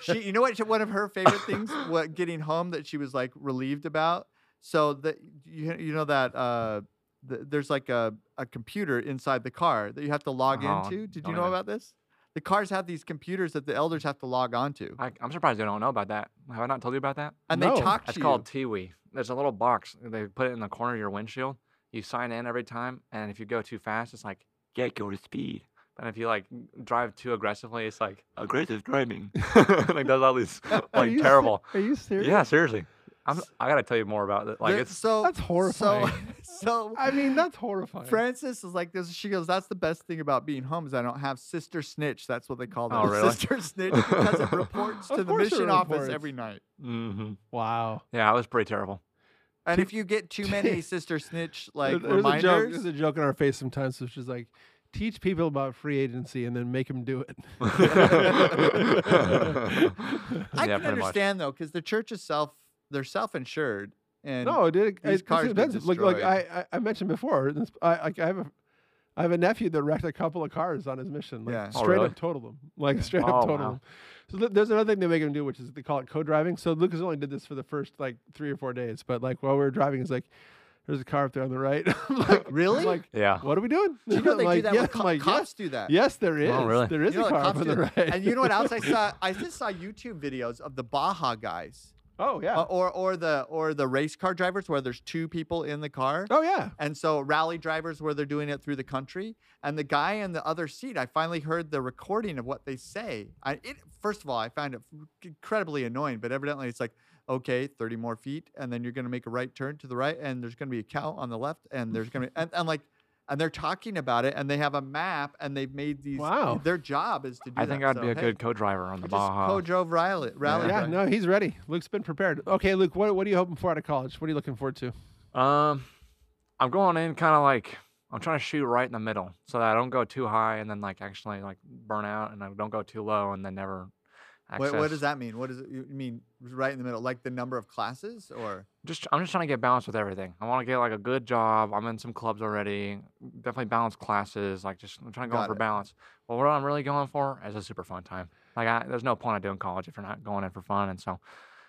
Speaker 1: she. You know what? One of her favorite things, what getting home that she was like relieved about. So that you you know that uh, th- there's like a a computer inside the car that you have to log
Speaker 3: Oh,
Speaker 1: into. Did you
Speaker 3: don't
Speaker 1: know
Speaker 3: even-
Speaker 1: about this? The cars have these computers that the elders have to log onto,
Speaker 3: I, I'm surprised they don't know about that. Have I not told you about that?
Speaker 1: and
Speaker 2: No.
Speaker 1: they talk to
Speaker 3: That's
Speaker 1: you.
Speaker 3: called Tiwi. There's a little box. and They put it in the corner of your windshield. You sign in every time, and if you go too fast, it's like get go to speed. And if you like drive too aggressively, it's like aggressive driving. [LAUGHS] like does
Speaker 2: [LAUGHS]
Speaker 3: all these
Speaker 2: Are
Speaker 3: like
Speaker 2: you se-
Speaker 3: terrible.
Speaker 2: Are you serious?
Speaker 3: Yeah, seriously. I'm, I gotta tell you more about it. Like
Speaker 1: There-
Speaker 3: it's
Speaker 1: so
Speaker 2: That's horrifying.
Speaker 1: [LAUGHS] So, so
Speaker 2: I mean, that's horrifying.
Speaker 1: Francis is like this. She goes, "That's the best thing about being home is I don't have sister snitch. That's what they call that. [LAUGHS]
Speaker 3: Oh, really?
Speaker 1: Sister snitch because
Speaker 2: [LAUGHS]
Speaker 1: it reports to
Speaker 2: Of
Speaker 1: the
Speaker 2: course it
Speaker 1: mission office
Speaker 2: reports.
Speaker 1: every night.
Speaker 3: hmm
Speaker 2: wow.
Speaker 3: yeah, it was pretty terrible.
Speaker 1: And if you get
Speaker 2: [LAUGHS]
Speaker 1: too many sister snitch like
Speaker 2: There- there's a joke. There's
Speaker 1: reminders,
Speaker 2: a joke in our face sometimes, which is like, teach people about free agency and then make them do
Speaker 3: [LAUGHS]
Speaker 2: it.
Speaker 1: [LAUGHS] I
Speaker 3: Yeah,
Speaker 1: can
Speaker 3: pretty much.
Speaker 1: understand though because the church is self they're self insured and
Speaker 2: no, it, it,
Speaker 1: these
Speaker 2: it's
Speaker 1: cars get
Speaker 2: expensive. Like, like
Speaker 1: destroyed.
Speaker 2: I, I I mentioned before, this- I, like, I have a. I have a nephew that wrecked a couple of cars on his mission. Like
Speaker 1: Yeah. Oh,
Speaker 2: straight
Speaker 3: really?
Speaker 2: up totaled them. Like straight
Speaker 3: Oh,
Speaker 2: up totaled
Speaker 3: wow.
Speaker 2: them. So th- there's another thing they make him do, which is they call it co-driving. So Lucas only did this for the first like three or four days, but like while we were driving, he's like, "There's a car up there on the right." [LAUGHS] I'm like, I'm
Speaker 1: Really?
Speaker 2: like,
Speaker 3: Yeah.
Speaker 2: what are we doing?
Speaker 1: Do you know they
Speaker 2: Like,
Speaker 1: do that
Speaker 2: yeah,
Speaker 1: with
Speaker 2: [LAUGHS] I'm
Speaker 1: co-
Speaker 2: like, "Yes."
Speaker 1: cops do that.
Speaker 2: Yes, there is.
Speaker 3: Oh, really?
Speaker 2: There is
Speaker 1: You know,
Speaker 2: a
Speaker 1: the
Speaker 2: car up
Speaker 1: cops
Speaker 2: on
Speaker 1: do
Speaker 2: the right.
Speaker 1: that. And you know what else I saw? I just saw YouTube videos of the Baja guys,
Speaker 2: [LAUGHS] oh yeah.
Speaker 1: uh, or or the or the race car drivers where there's two people in the car.
Speaker 2: oh yeah.
Speaker 1: And so rally drivers where they're doing it through the country. And the guy in the other seat, I finally heard the recording of what they say. I it first of all, I found it incredibly annoying, but evidently it's like, okay, 30 more feet, and then you're gonna make a right turn to the right, and there's gonna be a cow on the left, and there's gonna be and, and like and they're talking about it and they have a map and they've made these
Speaker 2: Wow.
Speaker 1: their job is to do
Speaker 3: I
Speaker 1: that.
Speaker 3: think I'd
Speaker 1: So,
Speaker 3: be a
Speaker 1: hey,
Speaker 3: good co-driver on
Speaker 1: I
Speaker 3: the
Speaker 1: just
Speaker 3: Baja.
Speaker 1: co-drove rally, rally
Speaker 2: Yeah,
Speaker 1: drive.
Speaker 2: no, he's ready. Luke's been prepared. Okay, Luke, what, what are you hoping for out of college? What are you looking forward to?
Speaker 3: Um, I'm going in kind of like I'm trying to shoot right in the middle so that I don't go too high and then like actually like burn out, and I don't go too low and then never. Access.
Speaker 1: What, what does that mean? What does it you mean? Right in the middle, like the number of classes, or
Speaker 3: Just I'm just trying to get balanced with everything. I want to get like a good job. I'm in some clubs already. Definitely balanced classes. Like just I'm trying to go
Speaker 1: Got
Speaker 3: for
Speaker 1: it.
Speaker 3: balance. But what I'm really going for is a super fun time. Like I, there's no point of doing college if you're not going in for fun, and so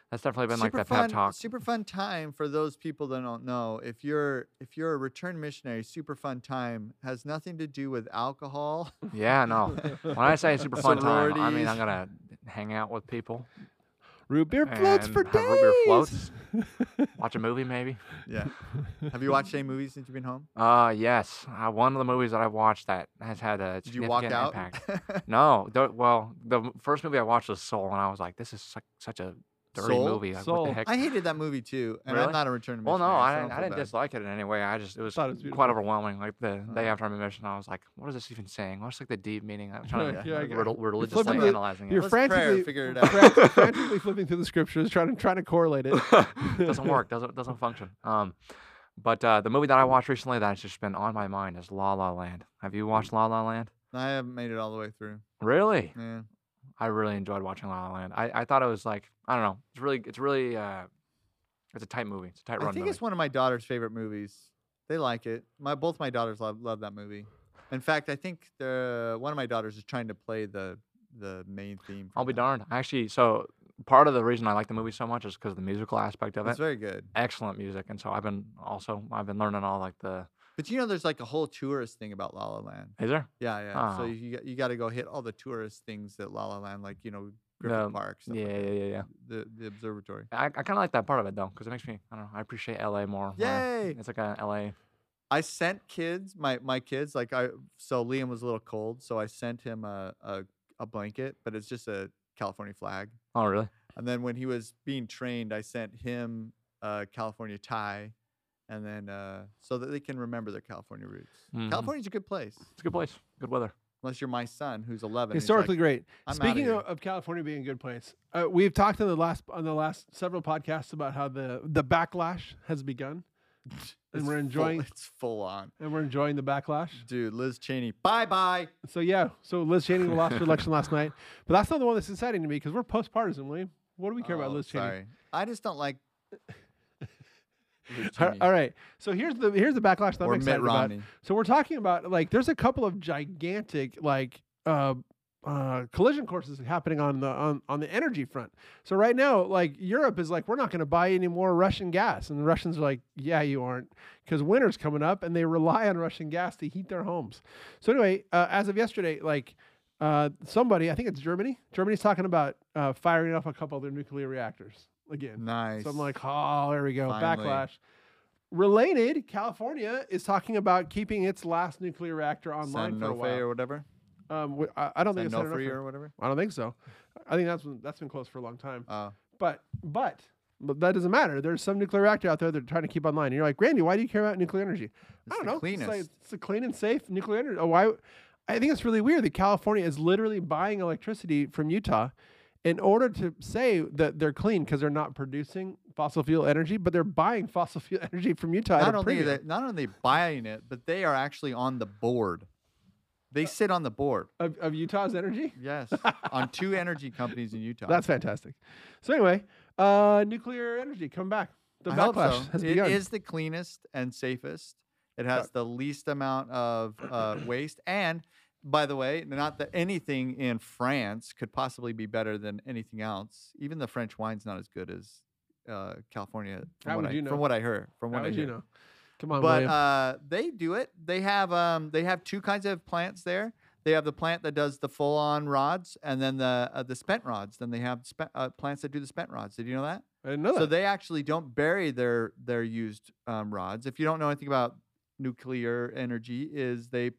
Speaker 3: that's definitely been like that
Speaker 1: fun,
Speaker 3: pep talk.
Speaker 1: Super fun time for those people that don't know. If you're if you're a return missionary, super fun time has nothing to do with alcohol. [LAUGHS]
Speaker 3: Yeah, no. When I say super fun time, I mean
Speaker 1: Sororities.
Speaker 3: I'm gonna hang out with people.
Speaker 2: Root beer floats for
Speaker 3: and
Speaker 2: days.
Speaker 3: have root beer floats. Watch a movie, maybe.
Speaker 1: Yeah. Have you
Speaker 3: [LAUGHS]
Speaker 1: watched any movies since you've been home?
Speaker 3: Uh, yes. Uh, one of the movies that I've watched that has had a
Speaker 1: Did you walk
Speaker 3: significant
Speaker 1: out? [LAUGHS]
Speaker 3: impact. No, the, well, the m- first movie I watched was Soul, and I was like, "This is such, such a dirty
Speaker 1: Soul?
Speaker 3: movie. Like, What
Speaker 2: Soul.
Speaker 3: the heck?"
Speaker 1: I hated that movie too, and I'm
Speaker 3: Really?
Speaker 1: not a return
Speaker 3: well,
Speaker 1: missionary.
Speaker 3: no,
Speaker 1: so
Speaker 3: I,
Speaker 1: don't
Speaker 3: didn't- I
Speaker 1: feel
Speaker 3: didn't
Speaker 1: bad.
Speaker 3: dislike it in any way. I just it was,
Speaker 2: Thought it was
Speaker 3: quite
Speaker 2: beautiful.
Speaker 3: overwhelming. Like the day
Speaker 1: Uh.
Speaker 3: after my mission, I was like, "What is this even saying? What's like the deep meaning?" I'm trying
Speaker 2: Yeah, [LAUGHS]
Speaker 3: to
Speaker 2: yeah, I
Speaker 3: like,
Speaker 2: get it.
Speaker 3: riddle-
Speaker 2: You're
Speaker 3: religiously
Speaker 2: flipping the-
Speaker 3: analyzing
Speaker 2: You're
Speaker 1: Let's
Speaker 3: it.
Speaker 1: prayer,
Speaker 2: frantically,
Speaker 1: figure it out. [LAUGHS]
Speaker 2: fran- frantically flipping through the scriptures, trying to trying to correlate it.
Speaker 3: [LAUGHS] doesn't work. Doesn't doesn't function. Um, but uh, the movie that I watched recently that has just been on my mind is La La Land. Have you watched La La Land?
Speaker 1: I haven't made it all the way through.
Speaker 3: Really?
Speaker 1: Yeah.
Speaker 3: I really enjoyed watching La La Land. I, I thought it was like I don't know. It's really it's really uh, it's a tight movie. It's a tight
Speaker 1: I
Speaker 3: run
Speaker 1: think
Speaker 3: movie.
Speaker 1: it's one of my daughter's favorite movies. They like it. My both my daughters love love that movie. In fact, I think the one of my daughters is trying to play the the main theme.
Speaker 3: I'll
Speaker 1: from
Speaker 3: be
Speaker 1: that.
Speaker 3: darned. Actually, so part of the reason I like the movie so much is because of the musical aspect of
Speaker 1: It's
Speaker 3: it.
Speaker 1: very good.
Speaker 3: Excellent music, and so I've been also I've been learning all like the
Speaker 1: But you know, there's like a whole tourist thing about La La Land.
Speaker 3: Is there?
Speaker 1: Yeah, yeah. So
Speaker 3: Oh.
Speaker 1: you got- you got to go hit all the tourist things that La La Land, like you know,
Speaker 3: The-
Speaker 1: Griffith Park, stuff
Speaker 3: Yeah,
Speaker 1: like
Speaker 3: yeah, yeah, yeah.
Speaker 1: the the observatory.
Speaker 3: I, I kind of like that part of it though, because it makes me I don't know I appreciate LA more. when I-
Speaker 1: Yay!
Speaker 3: It's like a LA.
Speaker 1: I sent kids, my my kids, like I so Liam was a little cold, so I sent him a a, a blanket, but it's just a California flag.
Speaker 3: Oh really?
Speaker 1: And then when he was being trained, I sent him a California tie, and then uh, so that they can remember their California roots.
Speaker 3: Mhm.
Speaker 1: California's a good place,
Speaker 3: It's a good place. Good weather.
Speaker 1: unless you're my son who's 11. he's like,
Speaker 2: [LAUGHS] Historically great.
Speaker 1: "I'm outta
Speaker 2: Speaking
Speaker 1: here."
Speaker 2: of, of California being a good place, uh, we've talked on the last on the last several podcasts about how the the backlash has begun, and
Speaker 1: It's
Speaker 2: we're
Speaker 1: full-
Speaker 2: enjoying
Speaker 1: it's full on,
Speaker 2: and we're enjoying the backlash.
Speaker 1: dude. Liz Cheney, bye bye.
Speaker 2: So yeah, so Liz
Speaker 1: [LAUGHS]
Speaker 2: Cheney lost her election last night, but that's not the one that's exciting to me because we're postpartisan, William. What do we care about
Speaker 1: Oh,
Speaker 2: Liz Cheney?
Speaker 1: Sorry, I just don't
Speaker 2: [LAUGHS]
Speaker 1: like. Liz
Speaker 2: All-
Speaker 1: Cheney
Speaker 2: all right, so here's the here's the backlash that I'm
Speaker 1: or Mitt
Speaker 2: excited about.
Speaker 1: Romney.
Speaker 2: So we're talking about like there's a couple of gigantic like uh, uh, collision courses happening on the on, on the energy front. So right now, like Europe is like we're not going to buy any more Russian gas, and the Russians are like, yeah, you aren't, because winter's coming up, and they rely on Russian gas to heat their homes. So anyway, uh, as of yesterday, like. Uh, somebody, I think it's Germany. Germany's talking about uh, firing off a couple of their nuclear reactors again.
Speaker 1: Nice.
Speaker 2: So I'm like, oh, there we go,
Speaker 1: Finally.
Speaker 2: backlash. Related, California is talking about keeping its last nuclear reactor online for a
Speaker 1: Sanofi or
Speaker 2: while.
Speaker 1: whatever.
Speaker 2: um, wh- I, I don't think it's Sanofi.
Speaker 1: Sanofi or whatever.
Speaker 2: I don't think so. I think that's been, that's been closed for a long time.
Speaker 1: Oh,
Speaker 2: But but but that doesn't matter. There's some nuclear reactor out there they're trying to keep online. And you're like, Randy, why do you care about nuclear energy? I
Speaker 1: It's
Speaker 2: don't
Speaker 1: the
Speaker 2: know. It's, like,
Speaker 1: cleanest.
Speaker 2: it's the clean and safe nuclear energy. Oh, why? I think it's really weird that California is literally buying electricity from Utah in order to say that they're clean because they're not producing fossil fuel energy, but they're buying [LAUGHS] fossil fuel energy from Utah. at
Speaker 1: not
Speaker 2: a
Speaker 1: only are
Speaker 2: premium
Speaker 1: they not only buying it, but they are actually on the board.
Speaker 2: Uh.
Speaker 1: They sit on the board.
Speaker 2: of, of Utah's energy. [LAUGHS]
Speaker 1: Yes, on two energy companies in Utah.
Speaker 2: That's fantastic. So anyway, uh, nuclear energy, come back. The
Speaker 1: I hope
Speaker 2: backlash
Speaker 1: so.
Speaker 2: has
Speaker 1: It
Speaker 2: begun.
Speaker 1: is the cleanest and safest. It has the least amount of uh, waste. And by the way, not that anything in France could possibly be better than anything else. Even the French wine's not as good as uh, California. From
Speaker 2: How
Speaker 1: what
Speaker 2: would
Speaker 1: I,
Speaker 2: you know?
Speaker 1: From what I heard. From
Speaker 2: How
Speaker 1: what I
Speaker 2: would you
Speaker 1: hear.
Speaker 2: know? Come on,
Speaker 1: but
Speaker 2: William.
Speaker 1: uh, they do it. They have um, they have two kinds of plants there. They have the plant that does the full on rods, and then the uh, the spent rods. Then they have spe- uh, plants that do the spent rods. Did you know that?
Speaker 2: I didn't know
Speaker 1: So
Speaker 2: that.
Speaker 1: they actually don't bury their their used um, rods. If you don't know anything about nuclear energy, is they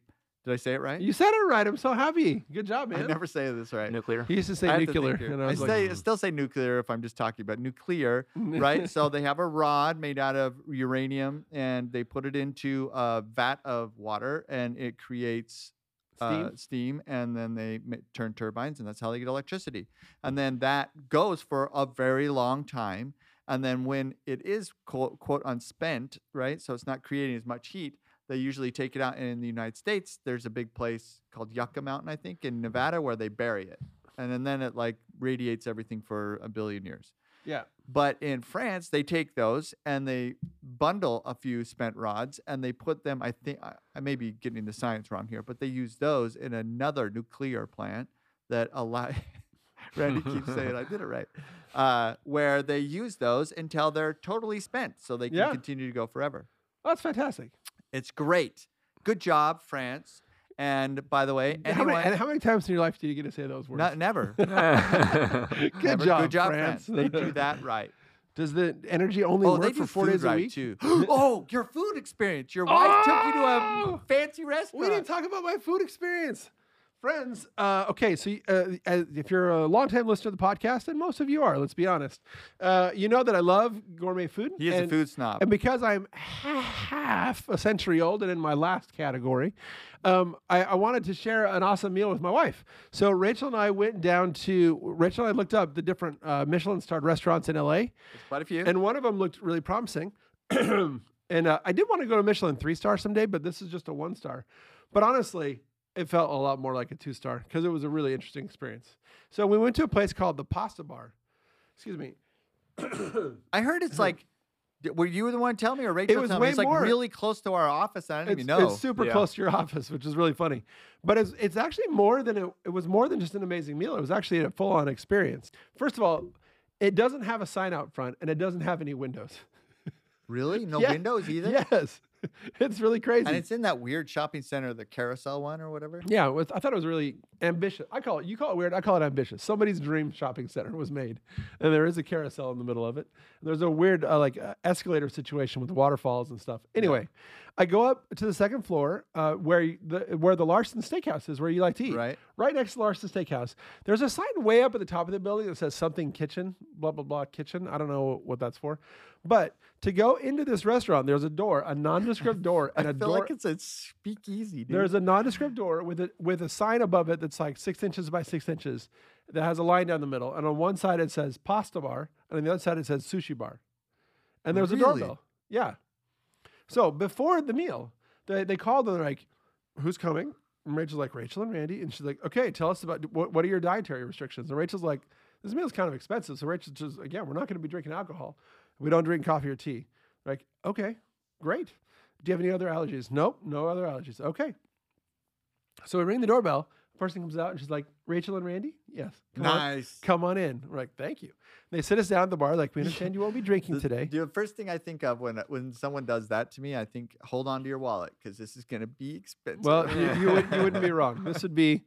Speaker 1: did I say it right?
Speaker 2: You said it right. I'm so happy. Good job,
Speaker 1: I
Speaker 2: man.
Speaker 1: never say this right.
Speaker 3: [LAUGHS] Nuclear.
Speaker 2: he used to say
Speaker 1: I have to think
Speaker 2: nuclear,
Speaker 1: here.
Speaker 2: and I
Speaker 1: I,
Speaker 2: was like, [LAUGHS] "Hmm."
Speaker 1: say, still say nuclear if I'm just talking about nuclear, right? so they have a rod made out of uranium, and they put it into a vat of water, and it creates uh,
Speaker 2: Steam?
Speaker 1: steam, and then they ma- turn turbines, and that's how they get electricity. And then that goes for a very long time. And then when it is quote, quote unspent, right? So it's not creating as much heat. They usually take it out. And in the United States, there's a big place called Yucca Mountain, I think, in Nevada, where they bury it. And then, then it like radiates everything for a billion years.
Speaker 2: yeah.
Speaker 1: But in France, they take those and they bundle a few spent rods and they put them. I think I, I may be getting the science wrong here, but they use those in another nuclear plant that allow. [LAUGHS] Randy keeps saying I did it
Speaker 2: [LAUGHS]
Speaker 1: right, uh, where they use those until they're totally spent, so they can
Speaker 2: Yeah.
Speaker 1: continue to go forever.
Speaker 2: Oh, that's fantastic.
Speaker 1: It's great. Good job, France. And by the way,
Speaker 2: how,
Speaker 1: anyone,
Speaker 2: many, and how many times in your life do you get to say those words? [LAUGHS]
Speaker 1: no- never,
Speaker 3: Good
Speaker 2: Good
Speaker 1: never.
Speaker 2: job,
Speaker 1: good job, France.
Speaker 2: France.
Speaker 1: They do that right.
Speaker 2: [LAUGHS] Does the energy only
Speaker 1: Oh,
Speaker 2: work
Speaker 1: they
Speaker 2: for
Speaker 1: do
Speaker 2: four
Speaker 1: food
Speaker 2: days
Speaker 1: right
Speaker 2: a week?
Speaker 1: too. [GASPS] oh, your food experience. Your wife took you to
Speaker 2: Oh!
Speaker 1: a fancy restaurant.
Speaker 2: We didn't talk about my food experience. Friends, uh, okay, so uh, as, if you're a longtime listener of the podcast, and most of you are, let's be honest, uh, you know that I love gourmet food.
Speaker 1: he is
Speaker 2: and,
Speaker 1: a food snob.
Speaker 2: And because I'm half a century old and in my last category, um, I, I wanted to share an awesome meal with my wife. So Rachel and I went down to, Rachel and I looked up the different uh, Michelin starred restaurants in LA,
Speaker 1: There's quite a few.
Speaker 2: and one of them looked really promising. [CLEARS THROAT] and uh, I did want to go to Michelin three star someday, but this is just a one star. But honestly, it felt a lot more like a two star because it was a really interesting experience. So we went to a place called the Pasta Bar. Excuse me.
Speaker 1: I heard it's like, d- were you the one telling me or Rachel
Speaker 2: Uh-huh. was
Speaker 1: telling me?
Speaker 2: way
Speaker 1: It's like
Speaker 2: more-
Speaker 1: really close to our office. And I didn't
Speaker 2: It's,
Speaker 1: even know.
Speaker 2: it's super
Speaker 3: Yeah.
Speaker 2: close to your [LAUGHS] office, which is really funny. But it's it's actually more than it, it was more than just an amazing meal. It was actually a full on experience. First of all, it doesn't have a sign out front and it doesn't have any windows.
Speaker 1: really? No
Speaker 2: Yeah.
Speaker 1: windows either?
Speaker 2: [LAUGHS] Yes. it's really crazy.
Speaker 1: and it's in that weird shopping center, the carousel one or whatever.
Speaker 2: yeah, it was, I thought it was really ambitious. I call it, you call it weird. I call it ambitious. Somebody's dream shopping center was made, and there is a carousel in the middle of it. There's a weird uh, like uh, escalator situation with waterfalls and stuff. Anyway, I go up to the second floor uh, where you- the where the Larson Steakhouse is, where you like to eat.
Speaker 1: Right.
Speaker 2: right next to Larson Steakhouse. There's a sign way up at the top of the building that says something kitchen, blah, blah, blah, kitchen. I don't know what that's for. But to go into this restaurant, there's a door, a nondescript door,
Speaker 1: [LAUGHS]
Speaker 2: and
Speaker 1: I
Speaker 2: a
Speaker 1: feel
Speaker 2: door.
Speaker 1: like it's a speakeasy, dude.
Speaker 2: there's a nondescript door with a with a sign above it that's like six inches by six inches that has a line down the middle. And on one side it says pasta bar, and on the other side it says sushi bar. And there's a
Speaker 1: Really?
Speaker 2: doorbell. Yeah. So before the meal, they, they called and they're like, who's coming? And Rachel's like, Rachel and Randy. And she's like, okay, tell us about what, what are your dietary restrictions? And Rachel's like, this meal's kind of expensive. So Rachel's just, again, we're not going to be drinking alcohol. We don't drink coffee or tea. Like, okay, great. Do you have any other allergies? Nope, no other allergies. Okay. So we ring the doorbell. Person comes out and she's like, Rachel and Randy? Yes. Come on-
Speaker 1: nice.
Speaker 2: come on in. We're like, thank you. And they sit us down at the bar, like, we understand you won't be drinking
Speaker 1: The-
Speaker 2: today.
Speaker 1: The first thing I think of when when someone does that to me, I think, hold on to your wallet because this is gonna be expensive.
Speaker 2: Well,
Speaker 1: [LAUGHS]
Speaker 2: you, you, would, you wouldn't be wrong. This would be,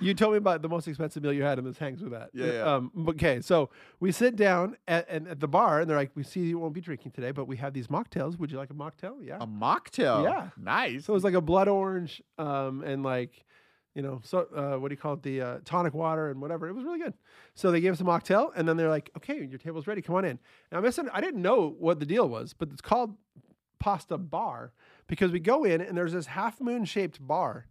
Speaker 2: you told me about the most expensive meal you had, and this hangs with that.
Speaker 1: Yeah,
Speaker 2: Uh,
Speaker 1: yeah.
Speaker 2: Um, but- okay, so we sit down at, and at the bar, and they're like, "We see you won't be drinking today, but we have these mocktails. Would you like a mocktail? Yeah.
Speaker 1: a mocktail.
Speaker 2: Yeah.
Speaker 1: nice.
Speaker 2: so it was like a blood orange, um, and like, you know, so uh, what do you call it? The uh, tonic water and whatever. It was really good. So they gave us a mocktail, and then they're like, "Okay, your table's ready. Come on in." Now, listen, I didn't know what the deal was, but it's called pasta bar because we go in and there's this half moon shaped bar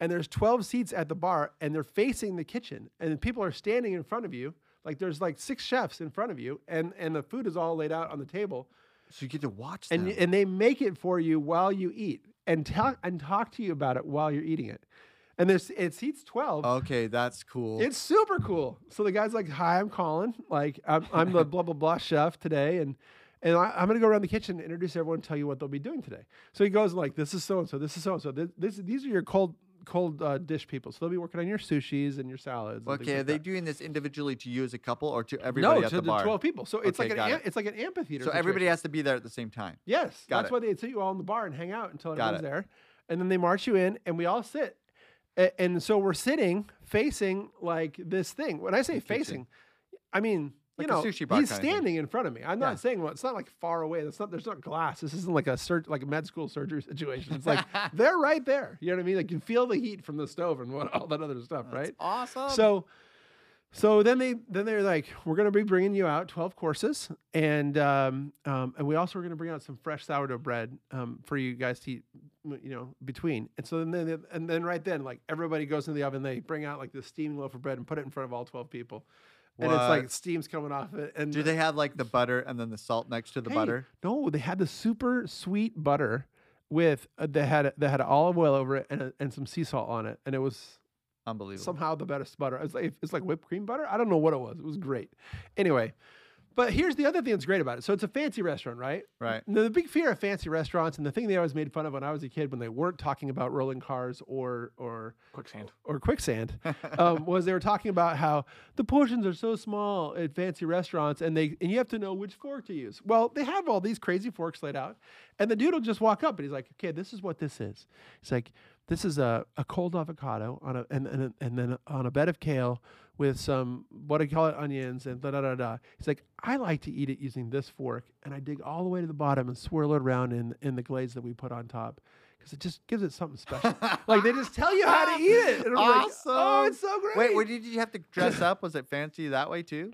Speaker 2: and there's 12 seats at the bar and they're facing the kitchen and people are standing in front of you like there's like six chefs in front of you and and the food is all laid out on the table
Speaker 1: So you get to watch
Speaker 2: and
Speaker 1: them.
Speaker 2: y- and they make it for you while you eat and talk and talk to you about it while you're eating it and there's it seats 12
Speaker 1: okay, that's cool.
Speaker 2: it's super cool. So the guy's like, "Hi, I'm Colin. Like, I'm, I'm the blah blah blah chef today, and and I, I'm gonna go around the kitchen and introduce everyone, and tell you what they'll be doing today." So he goes like, "This is so and so. This is so and so. This this- these are your cold cold uh, dish people. So they'll be working on your sushis and your salads." and things
Speaker 1: okay, are
Speaker 2: like
Speaker 1: they
Speaker 2: that.
Speaker 1: doing this individually to you as a couple or to everybody
Speaker 2: no
Speaker 1: at
Speaker 2: to
Speaker 1: the
Speaker 2: the
Speaker 1: bar?
Speaker 2: twelve people. So it's
Speaker 1: Okay,
Speaker 2: like
Speaker 1: got
Speaker 2: an am-
Speaker 1: it.
Speaker 2: it's like an amphitheater.
Speaker 1: so everybody
Speaker 2: situation.
Speaker 1: has to be there at the same time.
Speaker 2: Yes,
Speaker 1: Got
Speaker 2: that's
Speaker 1: it.
Speaker 2: why they sit you all in the bar and hang out until
Speaker 1: Got
Speaker 2: everyone's
Speaker 1: it.
Speaker 2: there, and then they march you in, and we all sit, A- and so we're sitting facing like this thing. When I say
Speaker 1: kitchen.
Speaker 2: facing, I mean
Speaker 1: Like a
Speaker 2: you know
Speaker 1: sushi bar
Speaker 2: he's
Speaker 1: kinda thing.
Speaker 2: standing in front of me. I'm
Speaker 1: Yeah.
Speaker 2: not saying well, it's not like far away. That's not there's not glass. This isn't like a sur- like a med school surgery situation. [LAUGHS] It's
Speaker 1: [LAUGHS]
Speaker 2: like they're right there. You know what I mean? Like you feel the heat from the stove and what all that other stuff,
Speaker 1: That's
Speaker 2: right?
Speaker 1: awesome.
Speaker 2: So, so then they then they're like, we're gonna be bringing you out twelve courses, and um, um, and we also are gonna bring out some fresh sourdough bread um, for you guys to eat, m- you know, between. And so then they, and then right then like everybody goes into the oven, they bring out like this steaming loaf of bread and put it in front of all twelve people, and it's like
Speaker 1: What?
Speaker 2: steam's coming off it. And
Speaker 1: do they have like the butter and then the salt next to the
Speaker 2: Hey,
Speaker 1: butter?
Speaker 2: No, they had the super sweet butter with uh, they had they had olive oil over it and, a- and some sea salt on it, and it was
Speaker 1: Unbelievable.
Speaker 2: somehow the best butter. It's like it's like whipped cream butter. I don't know what it was. It was great. Anyway, but here's the other thing that's great about it. So it's a fancy restaurant, right? [LAUGHS]
Speaker 1: Right. [LAUGHS]
Speaker 2: The, the big fear of fancy restaurants and the thing they always made fun of when I was a kid when they weren't talking about rolling cars or or
Speaker 3: Quicksand.
Speaker 2: or quicksand um, was they were talking about how the portions are so small at fancy restaurants and they and you have to know which fork to use. Well, they have all these crazy forks laid out, and the dude will just walk up and he's like, "Okay, this is what this is." He's like, "This is a, a cold avocado on a and, and and then on a bed of kale with some what do you call it onions and da da da da." He's like, "I like to eat it using this fork, and I dig all the way to the bottom and swirl it around in in the glaze that we put on top." Because it just gives it something special. like they just tell you how to eat it. And I'm like, oh,
Speaker 1: Awesome.
Speaker 2: it's so great.
Speaker 1: Wait, where did you have to dress up? Was it fancy that way too?